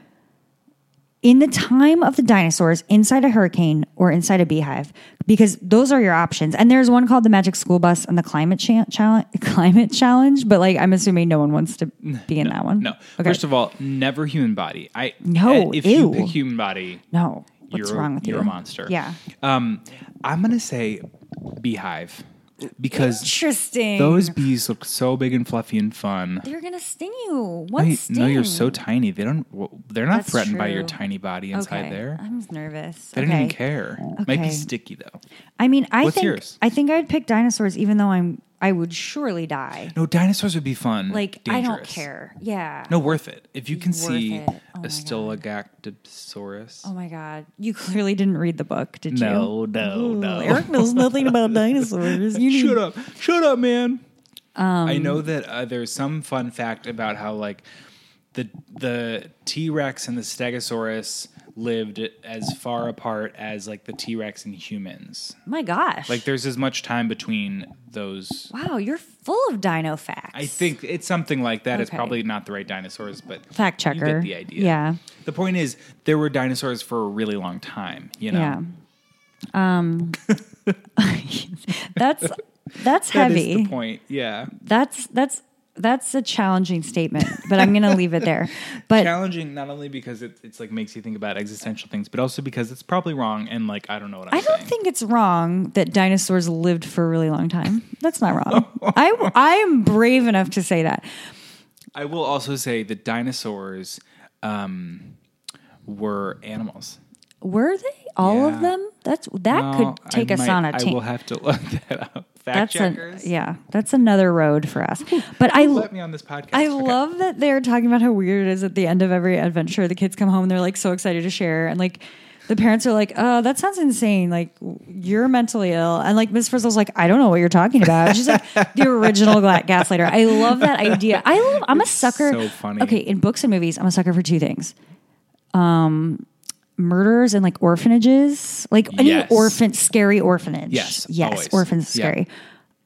Speaker 2: in the time of the dinosaurs, inside a hurricane, or inside a beehive? Because those are your options. And there's one called the Magic School Bus and the Climate Cha- Challenge. Climate Challenge, but like I'm assuming no one wants to be in that one.
Speaker 1: no.
Speaker 2: Okay.
Speaker 1: First of all, never human body. I eh,
Speaker 2: No,
Speaker 1: If you
Speaker 2: ew.
Speaker 1: pick human body,
Speaker 2: no. What's
Speaker 1: you're, a-
Speaker 2: wrong with you?
Speaker 1: You're a monster.
Speaker 2: Yeah.
Speaker 1: Um, I'm gonna say beehive because
Speaker 2: Interesting.
Speaker 1: those bees look so big and fluffy and fun.
Speaker 2: They're gonna sting you. One
Speaker 1: I
Speaker 2: sting.
Speaker 1: know you're so tiny. They don't. They're not
Speaker 2: That's
Speaker 1: threatened by your
Speaker 2: true.
Speaker 1: tiny body inside
Speaker 2: okay.
Speaker 1: there.
Speaker 2: I'm nervous.
Speaker 1: They
Speaker 2: okay.
Speaker 1: don't even care. Might
Speaker 2: Okay.
Speaker 1: be sticky though.
Speaker 2: I mean, I
Speaker 1: What's
Speaker 2: think
Speaker 1: yours?
Speaker 2: I think I'd pick dinosaurs, even though I'm I would surely die.
Speaker 1: No, dinosaurs would be fun.
Speaker 2: Like I don't
Speaker 1: Dangerous.
Speaker 2: care. Yeah.
Speaker 1: No, worth it. If you can
Speaker 2: Worth
Speaker 1: see
Speaker 2: it. Oh my
Speaker 1: a
Speaker 2: God.
Speaker 1: Stilagactosaurus.
Speaker 2: Oh my god, you clearly didn't read the book, did you?
Speaker 1: no, no, no.
Speaker 2: Eric knows nothing about dinosaurs. You need
Speaker 1: Shut up. Shut up, man.
Speaker 2: Um,
Speaker 1: I know that uh, there's some fun fact about how like the the T Rex and the Stegosaurus lived as far apart as like the T Rex and humans.
Speaker 2: My gosh.
Speaker 1: Like there's as much time between those.
Speaker 2: wow, you're full of dino facts.
Speaker 1: I think it's something like that. It's
Speaker 2: Okay.
Speaker 1: probably not the right dinosaurs, but
Speaker 2: Fact
Speaker 1: you get
Speaker 2: checker.
Speaker 1: the idea.
Speaker 2: Yeah.
Speaker 1: The point is, there were dinosaurs for a really long time. You know.
Speaker 2: Yeah. Um, that's that's
Speaker 1: That is
Speaker 2: heavy.
Speaker 1: the point. Yeah.
Speaker 2: That's that's that's a challenging statement, but I'm gonna leave it there. But
Speaker 1: Challenging not only because it, it's like makes you think about existential things, but also because it's probably wrong and like I don't know what I'm
Speaker 2: I
Speaker 1: saying.
Speaker 2: don't think it's wrong that dinosaurs lived for a really long time. That's not wrong. I I am brave enough to say that.
Speaker 1: I will also say that dinosaurs um, were animals.
Speaker 2: Were they all
Speaker 1: Yeah.
Speaker 2: of them? That's that
Speaker 1: No,
Speaker 2: could take
Speaker 1: I
Speaker 2: us
Speaker 1: might-
Speaker 2: on a
Speaker 1: I will
Speaker 2: tangent.
Speaker 1: have to look that up. Fact
Speaker 2: That's a,
Speaker 1: checkers.
Speaker 2: yeah. That's another road for us. But I
Speaker 1: Let me on this podcast.
Speaker 2: I
Speaker 1: Okay.
Speaker 2: love that they're talking about how weird it is at the end of every adventure. The kids come home and they're like so excited to share. And like the parents are like, oh, that sounds insane. Like you're mentally ill. And like Miss Frizzle's like, I don't know what you're talking about. She's like the original gla- gaslighter. I love that idea. I love, I'm a sucker.
Speaker 1: so funny.
Speaker 2: Okay. In books and movies, I'm a sucker for two things. Um, murders and like orphanages, like any
Speaker 1: Yes.
Speaker 2: orphan, scary orphanage.
Speaker 1: Yes,
Speaker 2: Yes.
Speaker 1: always.
Speaker 2: Orphans
Speaker 1: Yeah.
Speaker 2: scary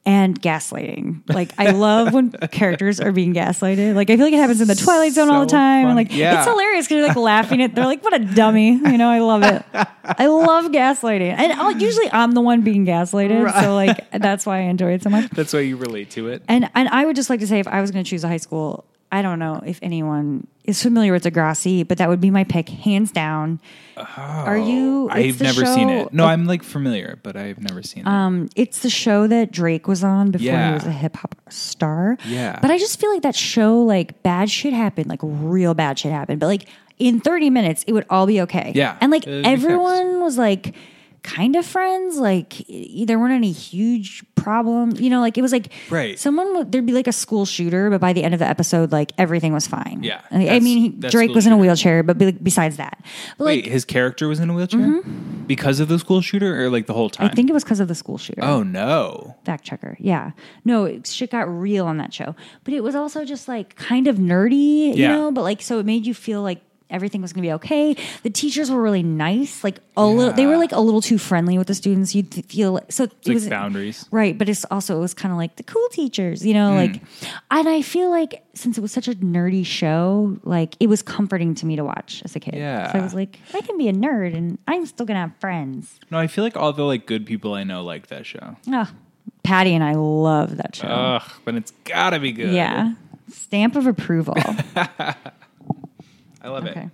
Speaker 2: and gaslighting. Like I love when characters are being gaslighted. Like I feel like it happens in the Twilight Zone all the
Speaker 1: So
Speaker 2: time. And
Speaker 1: funny.
Speaker 2: like
Speaker 1: Yeah.
Speaker 2: it's hilarious because you're like laughing at. They're like, "What a dummy!" You know, I love it. I love gaslighting, and I'll, usually I'm the one being gaslighted. So like that's why I enjoy it so much.
Speaker 1: That's why you relate to it.
Speaker 2: And and I would just like to say, if I was going to choose a high school, I don't know if anyone is familiar with Degrassi, but that would be my pick, hands down. Are you? it's
Speaker 1: Oh, I've
Speaker 2: the
Speaker 1: never seen
Speaker 2: show-
Speaker 1: it. No, I'm like familiar, but I've never seen it.
Speaker 2: um, it's the show that Drake was on before
Speaker 1: Yeah.
Speaker 2: he was a hip hop star.
Speaker 1: Yeah.
Speaker 2: But I just feel like that show, like bad shit happened, like real bad shit happened. But like in 30 minutes, it would all be okay.
Speaker 1: Yeah.
Speaker 2: And like
Speaker 1: It would be
Speaker 2: everyone was like kind of friends. Like e- there weren't any huge problems. You know, like it was like
Speaker 1: Right.
Speaker 2: someone would, there'd be like a school shooter, but by the end of the episode, like everything was fine.
Speaker 1: Yeah.
Speaker 2: Like, I
Speaker 1: That's-
Speaker 2: mean, he,
Speaker 1: that's
Speaker 2: Drake
Speaker 1: school
Speaker 2: was in a
Speaker 1: shooter.
Speaker 2: wheelchair, but be, like, besides that, but like
Speaker 1: Wait, his character was in a wheelchair because of the school shooter, or like the whole time?
Speaker 2: I think it was because of the school shooter.
Speaker 1: oh no!
Speaker 2: fact checker. Yeah. No, it, shit got real on that show. But it was also just like kind of nerdy, you
Speaker 1: Yeah.
Speaker 2: know, but like so it made you feel like everything was going to be okay. The teachers were really nice. Like a little they were like a little too friendly with the students. You'd th- feel like, so it
Speaker 1: like
Speaker 2: was
Speaker 1: boundaries. Mm.
Speaker 2: Right, but it's also it was kind of like the cool teachers, you know, like and I feel like since it was such a nerdy show, like it was comforting to me to watch as a kid.
Speaker 1: Yeah.
Speaker 2: So I was like, I can be a nerd and I'm still going to have friends.
Speaker 1: No, I feel like all the like good people I know like that show.
Speaker 2: Ugh. Patty and I love that show.
Speaker 1: Ugh, but it's gotta be good.
Speaker 2: Yeah. Stamp of approval.
Speaker 1: I love it.
Speaker 2: okay.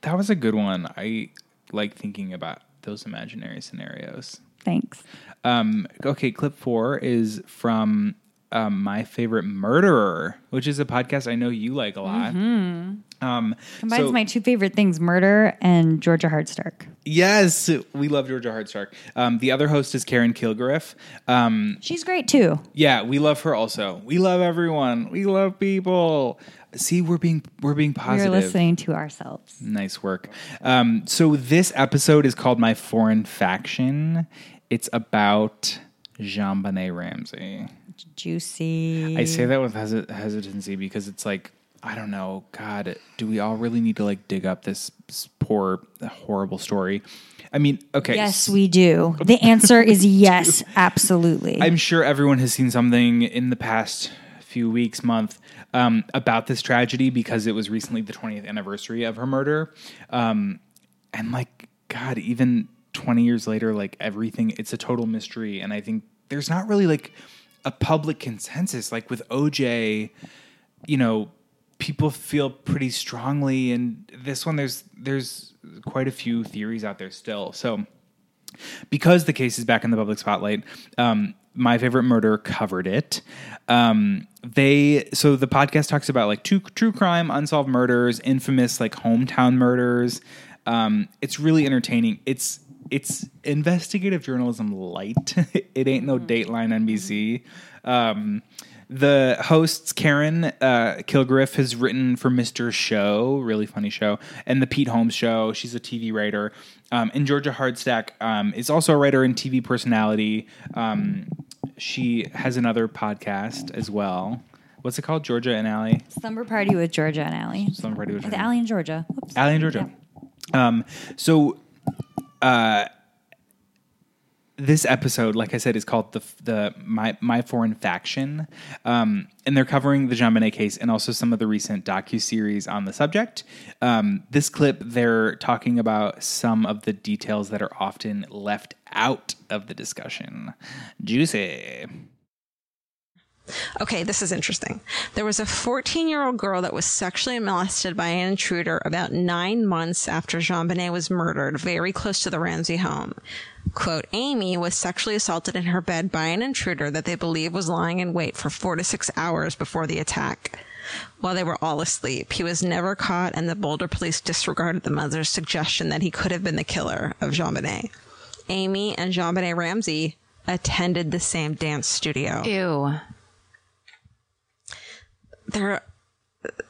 Speaker 1: That was a good one. I like thinking about those imaginary scenarios.
Speaker 2: Thanks.
Speaker 1: Um, okay, clip four is from um, My Favorite Murderer, which is a podcast I know you like a lot. Um,
Speaker 2: Mm-hmm. Combines
Speaker 1: so-
Speaker 2: my two favorite things murder and Georgia Hardstark.
Speaker 1: yes, we love Georgia Hardstark. Um, the other host is Karen Kilgariff. Um,
Speaker 2: She's great too.
Speaker 1: yeah, we love her also. We love everyone. We love people. See, we're being we're being
Speaker 2: We're
Speaker 1: positive.
Speaker 2: listening to ourselves.
Speaker 1: Nice work. Um, so this episode is called My Foreign Faction. It's about Jean Bonnet Ramsey.
Speaker 2: Juicy.
Speaker 1: I say that with hesi- hesitancy because it's like, I don't know, God, do we all really need to like dig up this s- poor, horrible story? I mean, okay.
Speaker 2: Yes, we do. The answer is yes, absolutely.
Speaker 1: I'm sure everyone has seen something in the past few weeks, month, um, about this tragedy because it was recently the 20th anniversary of her murder. Um, and like, God, even 20 years later, like everything, it's a total mystery. And I think there's not really like a public consensus. Like with OJ, you know, people feel pretty strongly. And this one, there's there's quite a few theories out there still. So because the case is back in the public spotlight, um, my favorite murder covered it. Um, they so the podcast talks about like two true crime, unsolved murders, infamous like hometown murders. Um, it's really entertaining. It's it's investigative journalism light. it ain't no Dateline NBC. Um, the hosts Karen uh, Kilgriff has written for Mr. Show, really funny show, and the Pete Holmes Show. She's a TV writer, um, and Georgia Hardstack um, is also a writer and TV personality. Um, she has another podcast as well. What's it called? Georgia and Allie.
Speaker 2: Slumber party with Georgia and Allie.
Speaker 1: Slumber Party with
Speaker 2: With
Speaker 1: Georgia.
Speaker 2: Allie and Georgia. Whoops.
Speaker 1: Allie and Georgia. Um, so, uh, this episode, like I said, is called the the my my foreign faction, um, and they're covering the Jean Monnet case and also some of the recent docu series on the subject. Um, this clip, they're talking about some of the details that are often left out of the discussion. Juicy.
Speaker 10: Okay, this is interesting. There was a 14 year old girl that was sexually molested by an intruder about nine months after Jean Bonnet was murdered, very close to the Ramsey home. Quote, Amy was sexually assaulted in her bed by an intruder that they believe was lying in wait for four to six hours before the attack. While they were all asleep, he was never caught, and the Boulder police disregarded the mother's suggestion that he could have been the killer of Jean Bonnet. Amy and Jean Bonnet Ramsey attended the same dance studio
Speaker 8: Ew.
Speaker 10: there are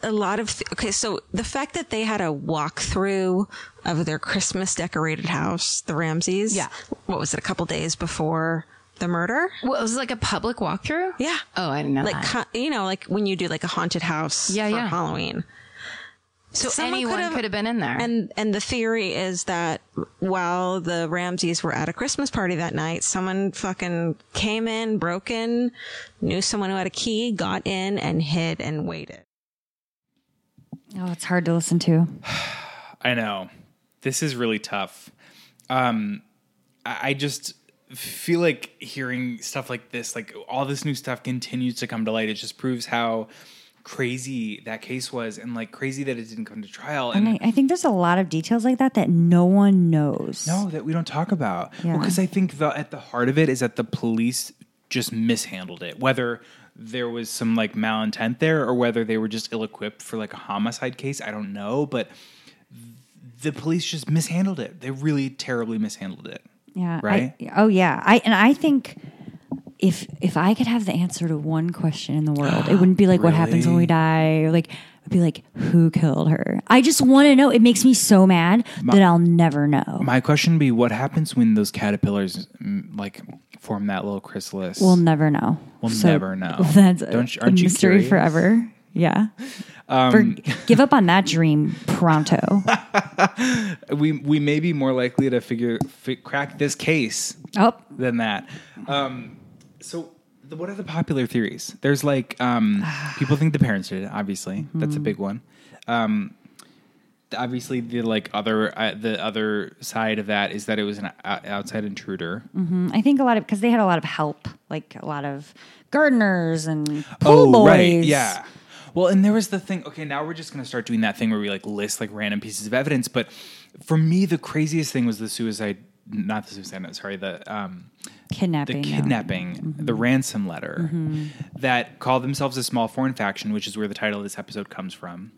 Speaker 10: a lot of okay so the fact that they had a walkthrough of their christmas decorated house the ramses
Speaker 8: Yeah.
Speaker 10: what was it a couple days before the murder
Speaker 11: Well, it was like a public walkthrough?
Speaker 10: yeah
Speaker 11: Oh, I didn't know
Speaker 10: like
Speaker 11: that.
Speaker 10: co- you know like when you do like a haunted house
Speaker 11: Yeah,
Speaker 10: for
Speaker 11: yeah.
Speaker 9: Uh-huh.
Speaker 10: halloween so someone
Speaker 11: anyone could have been in there.
Speaker 10: and and the theory is that while the ramses were at a christmas party that night someone fucking came in broke in knew someone who had a key got in and hid and waited
Speaker 2: Oh, it's hard to listen to.
Speaker 1: I know. This is really tough. Um, I, I just feel like hearing stuff like this, like all this new stuff continues to come to light. It just proves how crazy that case was and like crazy that it didn't come to trial.
Speaker 2: And I, I think there's a lot of details like that that no one knows.
Speaker 1: No, that we don't talk about.
Speaker 2: Yeah.
Speaker 1: because I think the, at the heart of it is that the police just mishandled it. Whether there was some like malintent there or whether they were just ill equipped for like a homicide case, I don't know. But the police just mishandled it. They really terribly mishandled it.
Speaker 2: Yeah. I-
Speaker 1: Right?
Speaker 2: oh yeah. I and I think if if I could have the answer to one question in the world, it wouldn't be like what happens when we die or like it'd be like who killed her. I just want to know. It makes me so mad that I'll never know.
Speaker 1: My question would be what happens when those caterpillars mm, like form that little chrysalis?
Speaker 2: we'll never know.
Speaker 1: We'll never know.
Speaker 2: That's
Speaker 1: Don't
Speaker 2: don't
Speaker 1: you-
Speaker 2: a
Speaker 1: aren't you curious?
Speaker 2: mystery
Speaker 1: Um,
Speaker 2: forever. Yeah. For- give up on that dream pronto.
Speaker 1: we we may be more likely to figure fi- crack this case
Speaker 2: oh,
Speaker 1: than that. Um, so, the, what are the popular theories? There's like um, people think the parents did it. Obviously, that's a big one. Um, th- obviously, the like other uh, the other side of that is that it was an o- outside intruder.
Speaker 2: mm, I think a lot of because they had a lot of help, like a lot of gardeners and pool Oh, boys.
Speaker 1: Oh, right, yeah. Well, and there was the thing. Okay, now we're just gonna start doing that thing where we like list like random pieces of evidence. But for me, the craziest thing was the suicide. Not the suicide. note, Sorry, the um, the
Speaker 2: Kidnapping. Mm-hmm. no.
Speaker 1: kidnapping, the ransom letter that call themselves a small foreign faction, which is where the title of this episode comes from.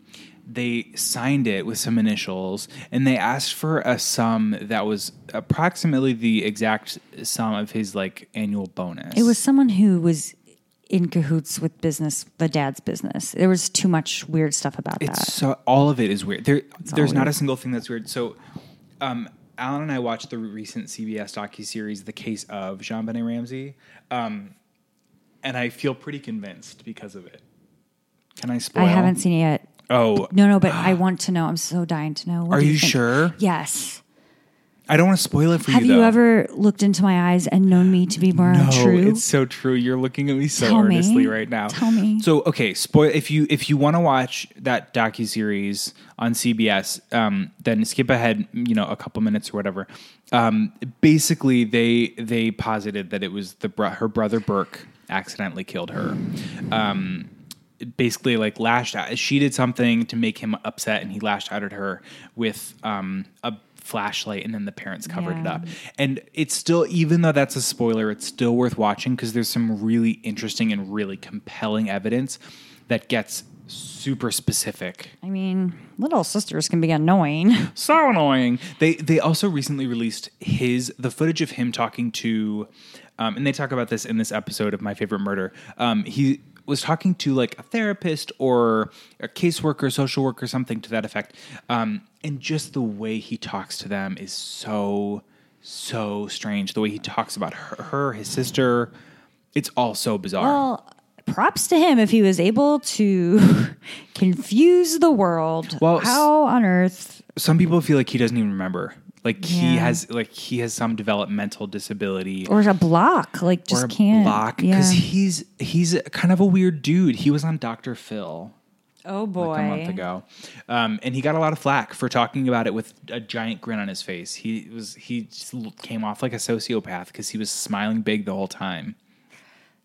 Speaker 1: They signed it with some initials and they asked for a sum that was approximately the exact sum of his like annual bonus.
Speaker 2: It was someone who was in cahoots with business, the dad's business. There was too much weird stuff about
Speaker 1: It's
Speaker 2: that.
Speaker 1: so all of it is weird. There,
Speaker 2: all
Speaker 1: there's not
Speaker 2: weird.
Speaker 1: a single thing that's weird. So, um, Alan and I watched the recent CBS docu series, "The Case of Jean Benet Ramsey," um, and I feel pretty convinced because of it. Can I spoil?
Speaker 2: I haven't seen it yet.
Speaker 1: Oh,
Speaker 2: No, no, but I want to know. I'm so dying to know. What
Speaker 1: Are
Speaker 2: do you,
Speaker 1: you
Speaker 2: think?
Speaker 1: sure?
Speaker 2: Yes.
Speaker 1: I don't want to spoil it for
Speaker 2: Have
Speaker 1: you.
Speaker 2: you
Speaker 1: though.
Speaker 2: ever looked into my eyes and known me to be more
Speaker 1: No,
Speaker 2: untrue?
Speaker 1: it's so true. You're looking at me so
Speaker 2: Tell me.
Speaker 1: earnestly right now.
Speaker 2: Tell me.
Speaker 1: So okay, spoil if you if you want to watch that docu series on CBS, um, then skip ahead, you know, a couple minutes or whatever. Um, basically, they they posited that it was the bro- her brother Burke accidentally killed her. Um, basically like lashed out she did something to make him upset and he lashed out at her with um a flashlight and then the parents covered it
Speaker 2: Yeah.
Speaker 1: up and it's still even though that's a spoiler it's still worth watching because there's some really interesting and really compelling evidence that gets super specific
Speaker 2: I mean, little sisters can be annoying.
Speaker 1: so annoying. They they also recently released his the footage of him talking to, um, and they talk about this in this episode of My Favorite Murder. Um, he was talking to like a therapist or a caseworker, social worker, something to that effect. Um, and just the way he talks to them is so so strange. The way he talks about her, her his sister. It's all so bizarre.
Speaker 2: Well, props to him if he was able to confuse the world.
Speaker 1: Well, s-
Speaker 2: how on earth?
Speaker 1: Some people feel like he doesn't even remember. Like he
Speaker 2: Yeah.
Speaker 1: has like he has some developmental disability
Speaker 2: Or a block, like just
Speaker 1: or a
Speaker 2: can't.
Speaker 1: block
Speaker 2: yeah.
Speaker 1: because he's he's a- kind of a weird dude. He was on Doctor Phil
Speaker 2: oh boy,
Speaker 1: like a month ago, um, and he got a lot of flack for talking about it with a giant grin on his face. He was he just l- came off like a sociopath because he was smiling big the whole time.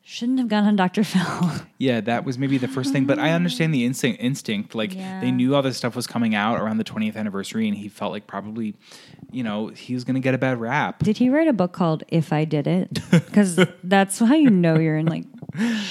Speaker 2: shouldn't have gone on Doctor Phil.
Speaker 1: Yeah, that was maybe the first thing, but I understand the instinct. Instinct, like they knew all this stuff was coming out around the 20th anniversary, and he felt like probably, you know, he was going to get a bad rap.
Speaker 2: Did he write a book called If I Did It? Because that's how you know you're in like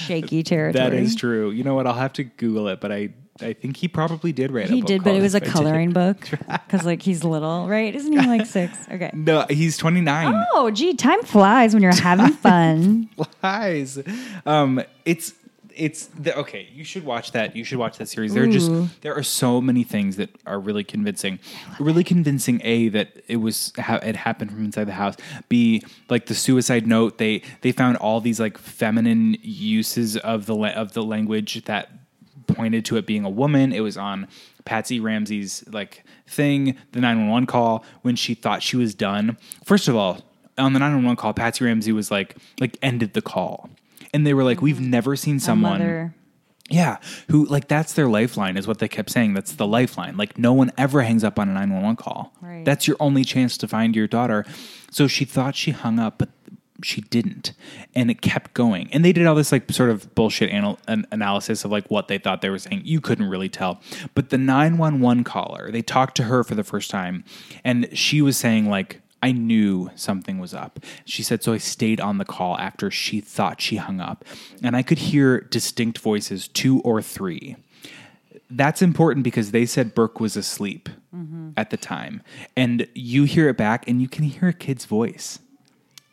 Speaker 2: shaky territory.
Speaker 1: That is true. You know what? I'll have to Google it, but I I think he probably did write. a
Speaker 2: He
Speaker 1: book
Speaker 2: did, but
Speaker 1: called
Speaker 2: it was a
Speaker 1: If I Did
Speaker 2: coloring
Speaker 1: It.
Speaker 2: book because like he's little, right? Isn't he like six? Okay.
Speaker 1: No, he's 29.
Speaker 2: Oh, gee, time flies when you're having fun.
Speaker 1: Lies. Um, it's it's the, okay. You should watch that. You should watch that series. There are just
Speaker 2: Ooh.
Speaker 1: there are so many things that are really convincing. Really convincing. A that it was ha- it happened from inside the house. B like the suicide note. They they found all these like feminine uses of the la- of the language that pointed to it being a woman. It was on Patsy Ramsey's like thing, the 911 call when she thought she was done. First of all, on the 911 call, Patsy Ramsey was like like ended the call. And they were like we've never seen someone
Speaker 2: Mm-hmm. Mother.
Speaker 1: yeah, who like that's their lifeline is what they kept saying. That's the lifeline. Like no one ever hangs up on a 911 call.
Speaker 2: Right.
Speaker 1: That's your only chance to find your daughter. So she thought she hung up, but she didn't. And it kept going. And they did all this like sort of bullshit anal- an- analysis of like what they thought they were saying. You couldn't really tell. But the 911 caller, they talked to her for the first time and she was saying like I knew something was up. She said, so I stayed on the call after she thought she hung up. And I could hear distinct voices, two or three. That's important because they said Burke was asleep
Speaker 2: Mm-hmm.
Speaker 1: at the time. And you hear it back and you can hear a kid's voice.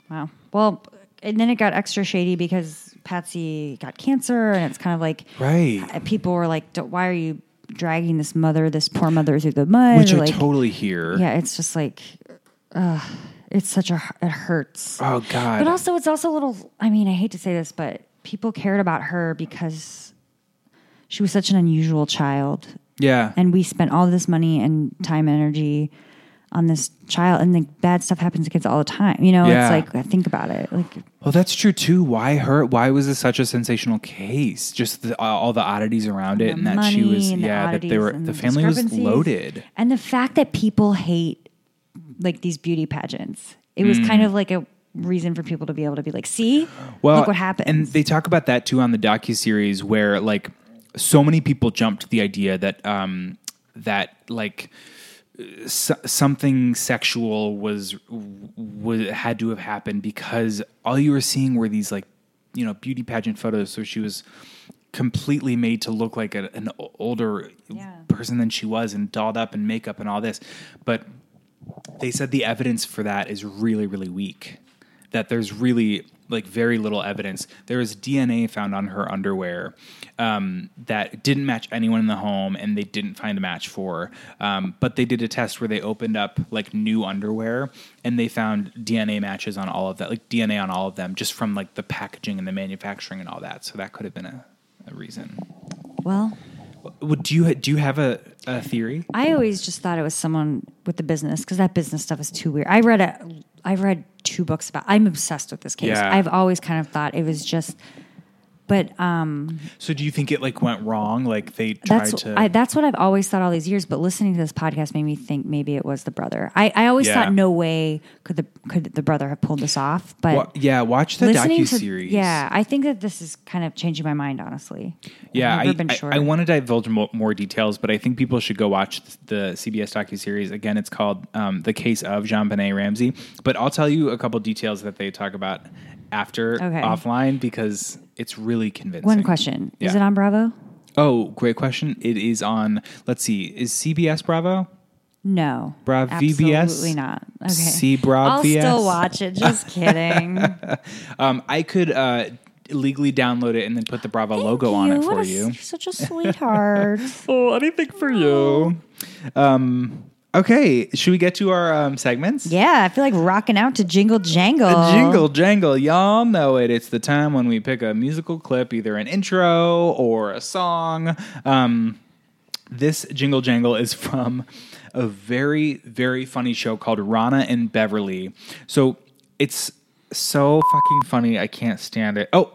Speaker 2: Wow. Well, and then it got extra shady because Patsy got cancer, and it's kind of like
Speaker 1: Right.
Speaker 2: uh, people were like, "D- "Why are you dragging this mother, this poor mother, through the mud?"
Speaker 1: Which I
Speaker 2: like,
Speaker 1: totally hear.
Speaker 2: Yeah, it's just like, uh, it's such a hu- it hurts.
Speaker 1: Oh, God.
Speaker 2: But also, it's also a little. I mean, I hate to say this, but people cared about her because she was such an unusual child,
Speaker 1: Yeah.
Speaker 2: and we spent all this money and time and energy on this child, and like bad stuff happens to kids all the time. You know,
Speaker 1: Yeah.
Speaker 2: it's like think about it, like.
Speaker 1: Well, that's true too. Why her? Why was this such a sensational case? Just the, all the oddities around it, and that she
Speaker 2: money
Speaker 1: was,
Speaker 2: and the
Speaker 1: yeah, that they
Speaker 2: oddities
Speaker 1: were,
Speaker 2: and
Speaker 1: the family was
Speaker 2: discrepancies.
Speaker 1: loaded.
Speaker 2: And the fact that people hate like these beauty pageants, it was kind of like a reason for people to be able to be like, see,
Speaker 1: Mm. Well,
Speaker 2: look what happened.
Speaker 1: And they talk about that too on the docu series, where like so many people jumped to the idea that um that like s- something sexual was, was had to have happened because all you were seeing were these like you know beauty pageant photos so she was completely made to look like a, an o- older person than she was and dolled up and makeup and all this but they said the evidence for that is really really weak that there's really like very little evidence there was dna found on her underwear um, that didn't match anyone in the home and they didn't find a match for um, but they did a test where they opened up like new underwear and they found dna matches on all of that like dna on all of them just from like the packaging and the manufacturing and all that so that could have been a, a reason
Speaker 2: well,
Speaker 1: Well, do you do you have a, a theory
Speaker 2: I always just thought it was someone with the business because that business stuff is too weird. I read a, I read two books about. I'm obsessed with this case.
Speaker 1: Yeah.
Speaker 2: I've always kind of thought it was just, but um,
Speaker 1: so do you think it like went wrong like they tried
Speaker 2: that's
Speaker 1: to
Speaker 2: I, that's what I've always thought all these years. But listening to this podcast made me think maybe it was the brother. I, I always
Speaker 1: Yeah.
Speaker 2: thought no way could the could the brother have pulled this off. But
Speaker 1: Wa- yeah, watch the
Speaker 2: listening
Speaker 1: docu
Speaker 2: to-
Speaker 1: series.
Speaker 2: yeah, I think that this is kind of changing my mind. Honestly,
Speaker 1: yeah.
Speaker 2: I've
Speaker 1: I,
Speaker 2: never been
Speaker 1: I-
Speaker 2: sure.
Speaker 1: I want to divulge mo- more details, but I think people should go watch th- the CBS docu series. Again, it's called um, "The Case of Jean Benet Ramsey." But I'll tell you a couple details that they talk about after
Speaker 2: Okay.
Speaker 1: offline because it's really convincing.
Speaker 2: One question: Is
Speaker 1: Yeah.
Speaker 2: it on Bravo?
Speaker 1: Oh, great question. It is on. Let's see. Is CBS Bravo?
Speaker 2: No,
Speaker 1: Brav VBS?
Speaker 2: absolutely not. Okay,
Speaker 1: See Brav
Speaker 2: I'll
Speaker 1: VS?
Speaker 2: still watch it. Just kidding.
Speaker 1: Um, I could uh, legally download it and then put the Bravo logo on it
Speaker 2: You, what
Speaker 1: for
Speaker 2: a-
Speaker 1: you.
Speaker 2: You're such a sweetheart.
Speaker 1: oh, anything for you. Um, Okay, should we get to our um, segments?
Speaker 2: Yeah, I feel like rocking out to Jingle Jangle.
Speaker 1: Jingle jangle, y'all know it. It's the time when we pick a musical clip, either an intro or a song. Um, this jingle jangle is from a very, very funny show called Rana and Beverly. So it's so fucking funny. I can't stand it. Oh,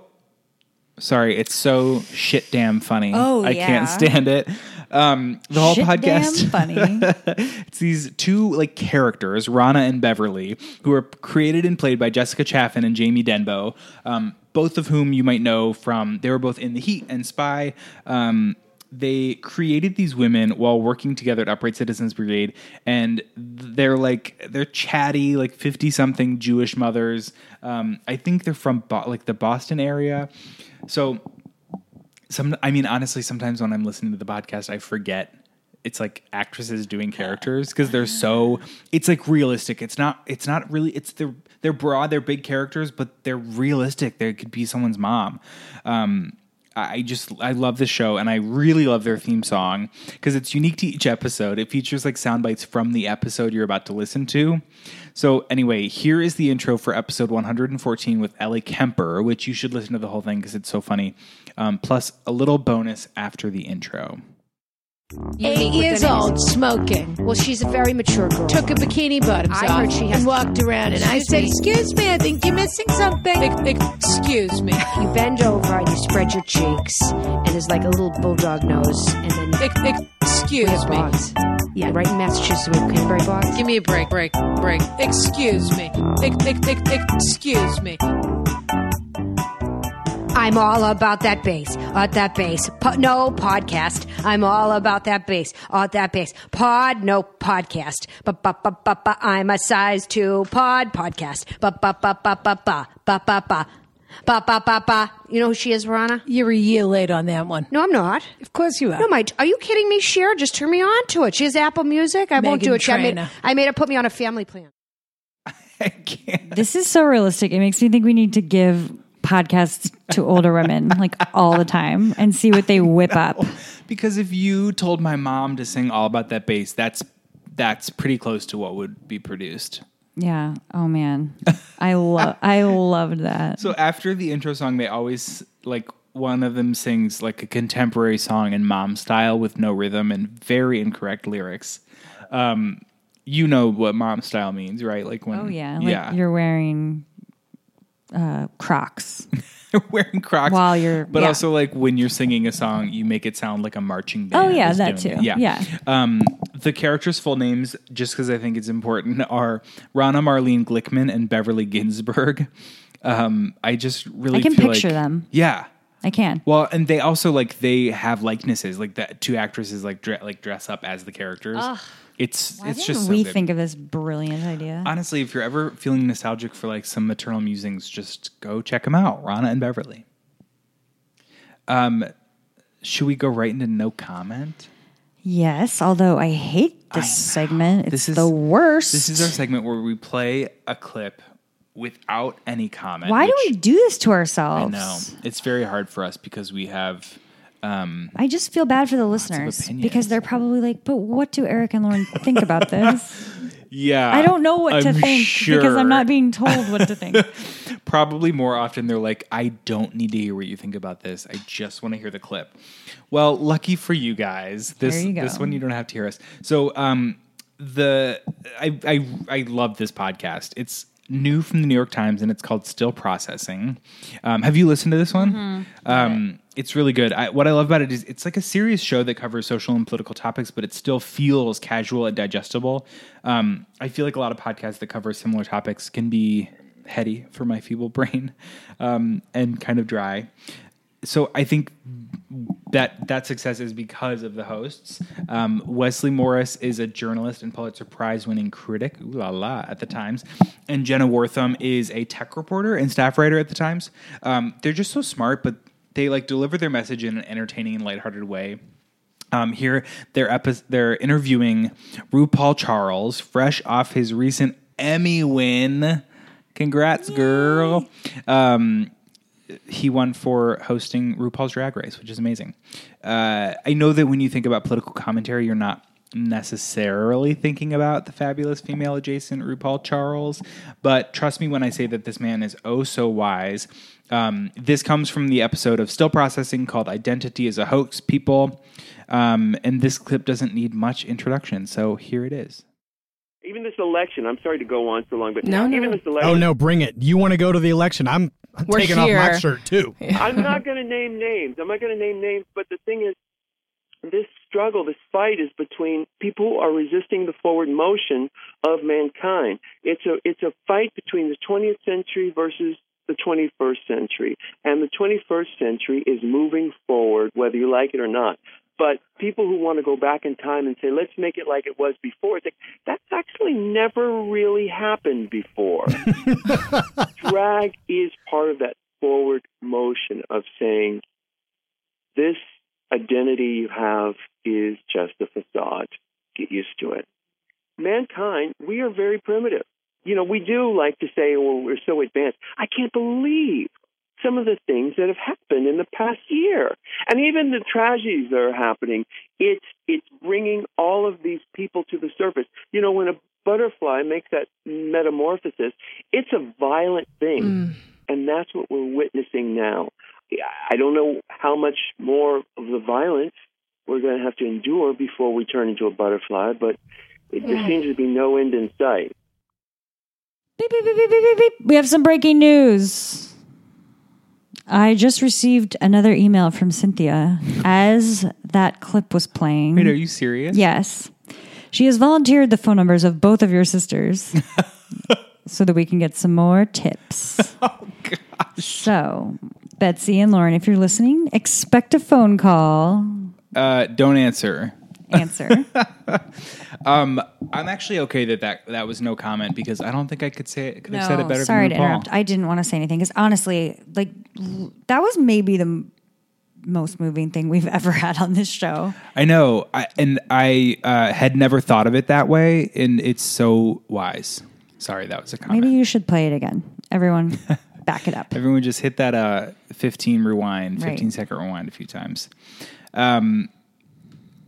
Speaker 1: sorry. It's so shit damn funny.
Speaker 2: Oh,
Speaker 1: I
Speaker 2: yeah.
Speaker 1: can't stand it. Um, the whole
Speaker 2: Shit
Speaker 1: podcast
Speaker 2: damn funny.
Speaker 1: it's these two like characters, Rana and Beverly, who are created and played by Jessica Chaffin and Jamie Denbo, um, both of whom you might know from they were both in The Heat and Spy. Um, they created these women while working together at Upright Citizens Brigade, and they're like they're chatty, like fifty something Jewish mothers. Um, I think they're from Bo- like the Boston area, so some i mean honestly sometimes when i'm listening to the podcast i forget it's like actresses doing characters because they're so it's like realistic it's not it's not really it's they're they're broad they're big characters but they're realistic they could be someone's mom um I I just I love the show and I really love their theme song because it's unique to each episode. It features like sound bites from the episode you're about to listen to. So anyway, here is the intro for episode 114 with Ellie Kemper, which you should listen to the whole thing because it's so funny. Um, plus a little bonus after the intro.
Speaker 12: Eight years old, smoking. Well, she's a very mature girl. Took a bikini bottoms I heard she has walked around, and I said, "Excuse me, I think you're missing something." excuse me.
Speaker 13: You bend over and you spread your cheeks, and there's like a little bulldog nose, and then excuse we have
Speaker 12: me.
Speaker 13: Bogs. Yeah, right in Massachusetts we have Cranberry bogs.
Speaker 12: Give me a break, break, break. Excuse me. Ex- ex- ex- Excuse me.
Speaker 13: I'm all about that bass, at that bass. Po- no podcast. I'm all about that bass, at that bass. Pod, no podcast. Ba ba ba ba ba. I'm a size two pod podcast. Ba ba ba ba ba ba ba ba ba ba ba ba ba. You know who she is, Verona?
Speaker 12: You're a year late on that one.
Speaker 13: No, I'm not.
Speaker 12: Of course you are.
Speaker 13: No, my, are you kidding me? Cher just turn me on to it. She has Apple Music. I won't
Speaker 12: Megan
Speaker 13: do it. I made,
Speaker 12: Trainor.
Speaker 13: I made her put me on a family plan.
Speaker 2: This is so realistic. It makes me think we need to give podcasts to older women like all the time and see what they whip up.
Speaker 1: Because if you told my mom to sing all about that bass, that's that's pretty close to what would be produced.
Speaker 2: Yeah. Oh man. I love I loved that.
Speaker 1: So after the intro song, they always like one of them sings like a contemporary song in mom style with no rhythm and very incorrect lyrics. Um, you know what mom style means, right? Like when
Speaker 2: Oh yeah. Like
Speaker 1: yeah,
Speaker 2: you're wearing uh Crocs.
Speaker 1: wearing Crocs
Speaker 2: while you're
Speaker 1: but
Speaker 2: yeah.
Speaker 1: also like when you're singing a song, you make it sound like a marching band.
Speaker 2: Oh, yeah,
Speaker 1: is
Speaker 2: that
Speaker 1: doing
Speaker 2: too.
Speaker 1: it. Yeah,
Speaker 2: Yeah.
Speaker 1: Um, the characters' full names, just because I think it's important, are Rana Marlene Glickman and Beverly Ginsburg. Um, I just really
Speaker 2: I can
Speaker 1: feel
Speaker 2: picture
Speaker 1: like-
Speaker 2: them.
Speaker 1: Yeah,
Speaker 2: I can.
Speaker 1: Well, and they also like they have likenesses, like that two actresses like dre- like dress up as the characters.
Speaker 2: Ugh.
Speaker 1: It's
Speaker 2: Why
Speaker 1: it's
Speaker 2: didn't
Speaker 1: just so
Speaker 2: we
Speaker 1: good.
Speaker 2: think of this brilliant idea?
Speaker 1: Honestly, if you're ever feeling nostalgic for like some maternal musings, just go check them out, Rana and Beverly. Um, should we go right into no comment?
Speaker 2: Yes, although I hate this segment. It's the worst.
Speaker 1: This is our segment where we play a clip without any comment.
Speaker 2: Why do
Speaker 1: which-
Speaker 2: we do this to ourselves?
Speaker 1: I know it's very hard for us because we have. Um,
Speaker 2: I just feel bad for the listeners because they're probably like, but what do Eric and Lauren think about this?
Speaker 1: yeah,
Speaker 2: I don't know what to
Speaker 1: I'm
Speaker 2: think because
Speaker 1: sure.
Speaker 2: I'm not being told what to think.
Speaker 1: Probably more often they're like, I don't need to hear what you think about this. I just want to hear the clip. Well, lucky for you guys, this
Speaker 2: There you go.
Speaker 1: this one you don't have to hear us. So um the I I I love this podcast. It's new from the New York Times and it's called Still Processing. Um, have you listened to this one?
Speaker 14: Mhm.
Speaker 1: Um, it's really good. I, what I love about it is it's like a serious show that covers social and political topics, but it still feels casual and digestible. Um, I feel like a lot of podcasts that cover similar topics can be heady for my feeble brain um, and kind of dry. So I think that that success is because of the hosts. Um, Wesley Morris is a journalist and Pulitzer Prize winning critic, ooh la la, at the Times, and Jenna Wortham is a tech reporter and staff writer at the Times. Um, they're just so smart, but they like deliver their message in an entertaining and lighthearted way. Um, here they're epi- they're interviewing RuPaul Charles, fresh off his recent Emmy win. Congrats, girl! Um, he won for hosting RuPaul's Drag Race, which is amazing. Uh, I know that when you think about political commentary, you're not necessarily thinking about the fabulous female adjacent RuPaul Charles, but trust me when I say that this man is oh so wise. Um, this comes from the episode of Still Processing called Identity is a Hoax, people. Um, and this clip doesn't need much introduction, so here it is.
Speaker 10: Even this election, I'm sorry to go on so long, but
Speaker 4: No, no.
Speaker 10: even this election.
Speaker 7: Oh no, bring it! You want to go to the election? I'm, I'm
Speaker 10: We're
Speaker 7: taking off my
Speaker 10: here.
Speaker 7: shirt too.
Speaker 10: I'm not going to name names. I'm not going to name names, but the thing is, this struggle, this fight is between people who are resisting the forward motion of mankind. It's a it's a fight between the 20th century versus the 21st century, and the 21st century is moving forward, whether you like it or not. But people who want to go back in time and say, "Let's make it like it was before," it's like, that's actually never really happened before. drag is part of that forward motion of saying this identity you have is just a facade. Get used to it. Mankind, we are very primitive. You know, we do like to say, well, we're so advanced. I can't believe some of the things that have happened in the past year. And even the tragedies that are happening, it's, it's bringing all of these people to the surface. You know, when a butterfly makes that metamorphosis, it's a violent thing. And that's what we're witnessing now. I don't know how much more of the violence we're going to have to endure before we turn into a butterfly, but it, there
Speaker 2: Yeah.
Speaker 10: seems to be no end in sight.
Speaker 2: Beep, beep, beep, beep, beep, beep, beep. We have some breaking news. I just received another email from Cynthia as that clip was playing.
Speaker 1: Wait, are you serious?
Speaker 2: Yes. She has volunteered the phone numbers of both of your sisters so that we can get some more tips. oh, gosh. So, Betsy and Lauren, if you're listening, expect a phone call.
Speaker 1: Uh, don't answer.
Speaker 2: Answer.
Speaker 1: Um, I'm actually okay that, that that was no comment because I don't think I could say it. Could have said it better.
Speaker 2: sorry
Speaker 1: than
Speaker 2: to
Speaker 1: RuPaul.
Speaker 2: interrupt. I didn't want to say anything because honestly, like l- that was maybe the m- most moving thing we've ever had on this show.
Speaker 1: I know, I, and I uh, had never thought of it that way, and it's so wise. Sorry, that was a comment.
Speaker 2: Maybe you should play it again, everyone. back it up.
Speaker 1: Everyone just hit that uh, 15 rewind,
Speaker 2: Right.
Speaker 1: 15 second rewind a few times. Um,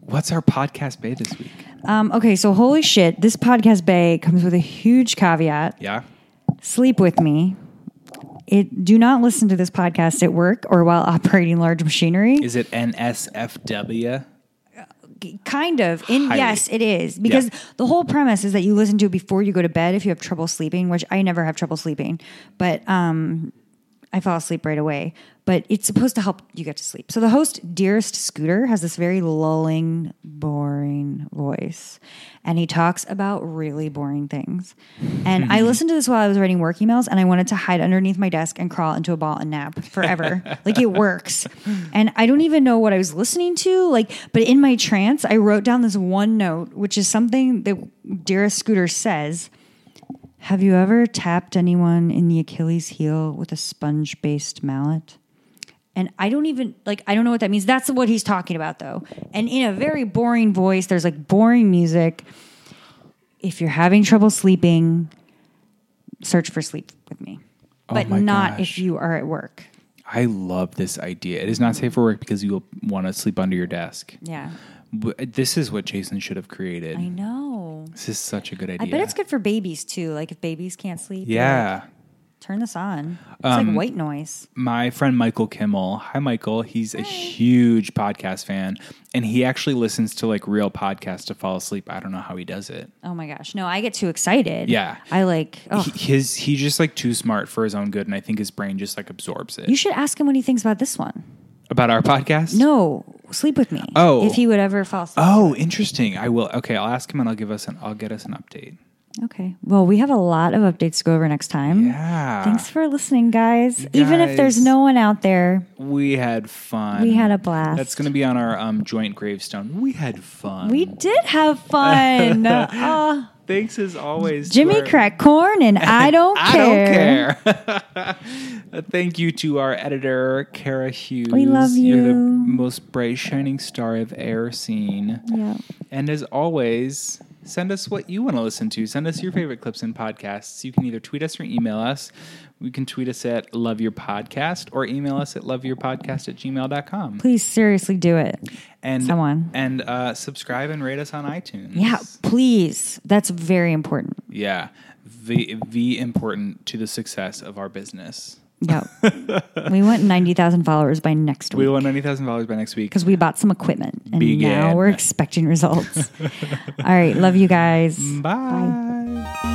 Speaker 1: what's our podcast bay this week?
Speaker 2: Um, okay, so holy shit, this podcast bay comes with a huge caveat.
Speaker 1: Yeah.
Speaker 2: Sleep with me. It do not listen to this podcast at work or while operating large machinery.
Speaker 1: Is it NSFW?
Speaker 2: Kind of. In
Speaker 1: Highly.
Speaker 2: yes, it is because
Speaker 1: Yeah.
Speaker 2: the whole premise is that you listen to it before you go to bed if you have trouble sleeping, which I never have trouble sleeping, but um, I fall asleep right away. But it's supposed to help you get to sleep. So the host, dearest Scooter, has this very lulling, boring voice, and he talks about really boring things. And I listened to this while I was writing work emails, and I wanted to hide underneath my desk and crawl into a ball and nap forever. like it works. And I don't even know what I was listening to. Like, but in my trance, I wrote down this one note, which is something that Dearest Scooter says. Have you ever tapped anyone in the Achilles heel with a sponge based mallet? And I don't even like I don't know what that means. That's what he's talking about though. And in a very boring voice, there's like boring music. If you're having trouble sleeping, search for sleep with me.
Speaker 1: Oh
Speaker 2: But
Speaker 1: my
Speaker 2: not if you are at work.
Speaker 1: I love this idea. It is not safe for work because you will want to sleep under your desk.
Speaker 2: Yeah.
Speaker 1: W- This is what Jason should have created.
Speaker 2: I know.
Speaker 1: This is such a good idea.
Speaker 2: I bet it's good for babies too. Like if babies can't sleep, you're like,
Speaker 1: yeah.
Speaker 2: turn this on. It's
Speaker 1: Um,
Speaker 2: like white noise.
Speaker 1: my friend Michael Kimmel. Hi, Michael. He's a huge podcast fan, and he actually listens to like real podcasts to fall asleep. I don't know how he does it.
Speaker 2: Oh my gosh. No, I get too excited.
Speaker 1: Yeah.
Speaker 2: I like oh
Speaker 1: He- His he's just like too smart for his own good, and I think his brain just like absorbs it.
Speaker 2: You should ask him what he thinks about this one.
Speaker 1: About our podcast?
Speaker 2: No, sleep with me.
Speaker 1: Oh.
Speaker 2: if he would ever fall asleep.
Speaker 1: Oh, interesting. I will. Okay, I'll ask him, and I'll give us an. I'll get us an update.
Speaker 2: Okay. Well, we have a lot of updates to go over next
Speaker 1: Oh.
Speaker 2: time.
Speaker 1: Yeah.
Speaker 2: Thanks for listening, guys. Even if there's
Speaker 1: guys.
Speaker 2: no one out there,
Speaker 1: We had fun.
Speaker 2: We had a blast.
Speaker 1: That's going to be on our um, joint gravestone. We had fun.
Speaker 2: we did have fun. Uh,
Speaker 1: Thanks as always, to
Speaker 2: Jimmy
Speaker 1: our-
Speaker 2: crack corn, and I don't
Speaker 1: I
Speaker 2: care.
Speaker 1: don't care. Uh, Thank you to our editor, Kara Hughes.
Speaker 2: We love
Speaker 1: You're the
Speaker 2: you.
Speaker 1: most bright, shining star I've ever seen.
Speaker 2: Yeah.
Speaker 1: And as always, Send us what you want to listen to. Send us your favorite clips and podcasts. You can either tweet us or email us. We can tweet us at Love Your Podcast or email us at loveyourpodcast at gmail.com.
Speaker 2: Please seriously do it.
Speaker 1: And,
Speaker 2: Someone.
Speaker 1: And uh, subscribe and rate us on iTunes.
Speaker 2: Yeah, please. That's very important.
Speaker 1: Yeah. The, the important to the success of our business.
Speaker 2: Yep. we want 90,000 followers by next
Speaker 1: We
Speaker 2: week
Speaker 1: want $90,000 by next week.
Speaker 2: because we bought some equipment and
Speaker 1: Begin.
Speaker 2: now we're expecting results. All right. Love you guys.
Speaker 1: Bye.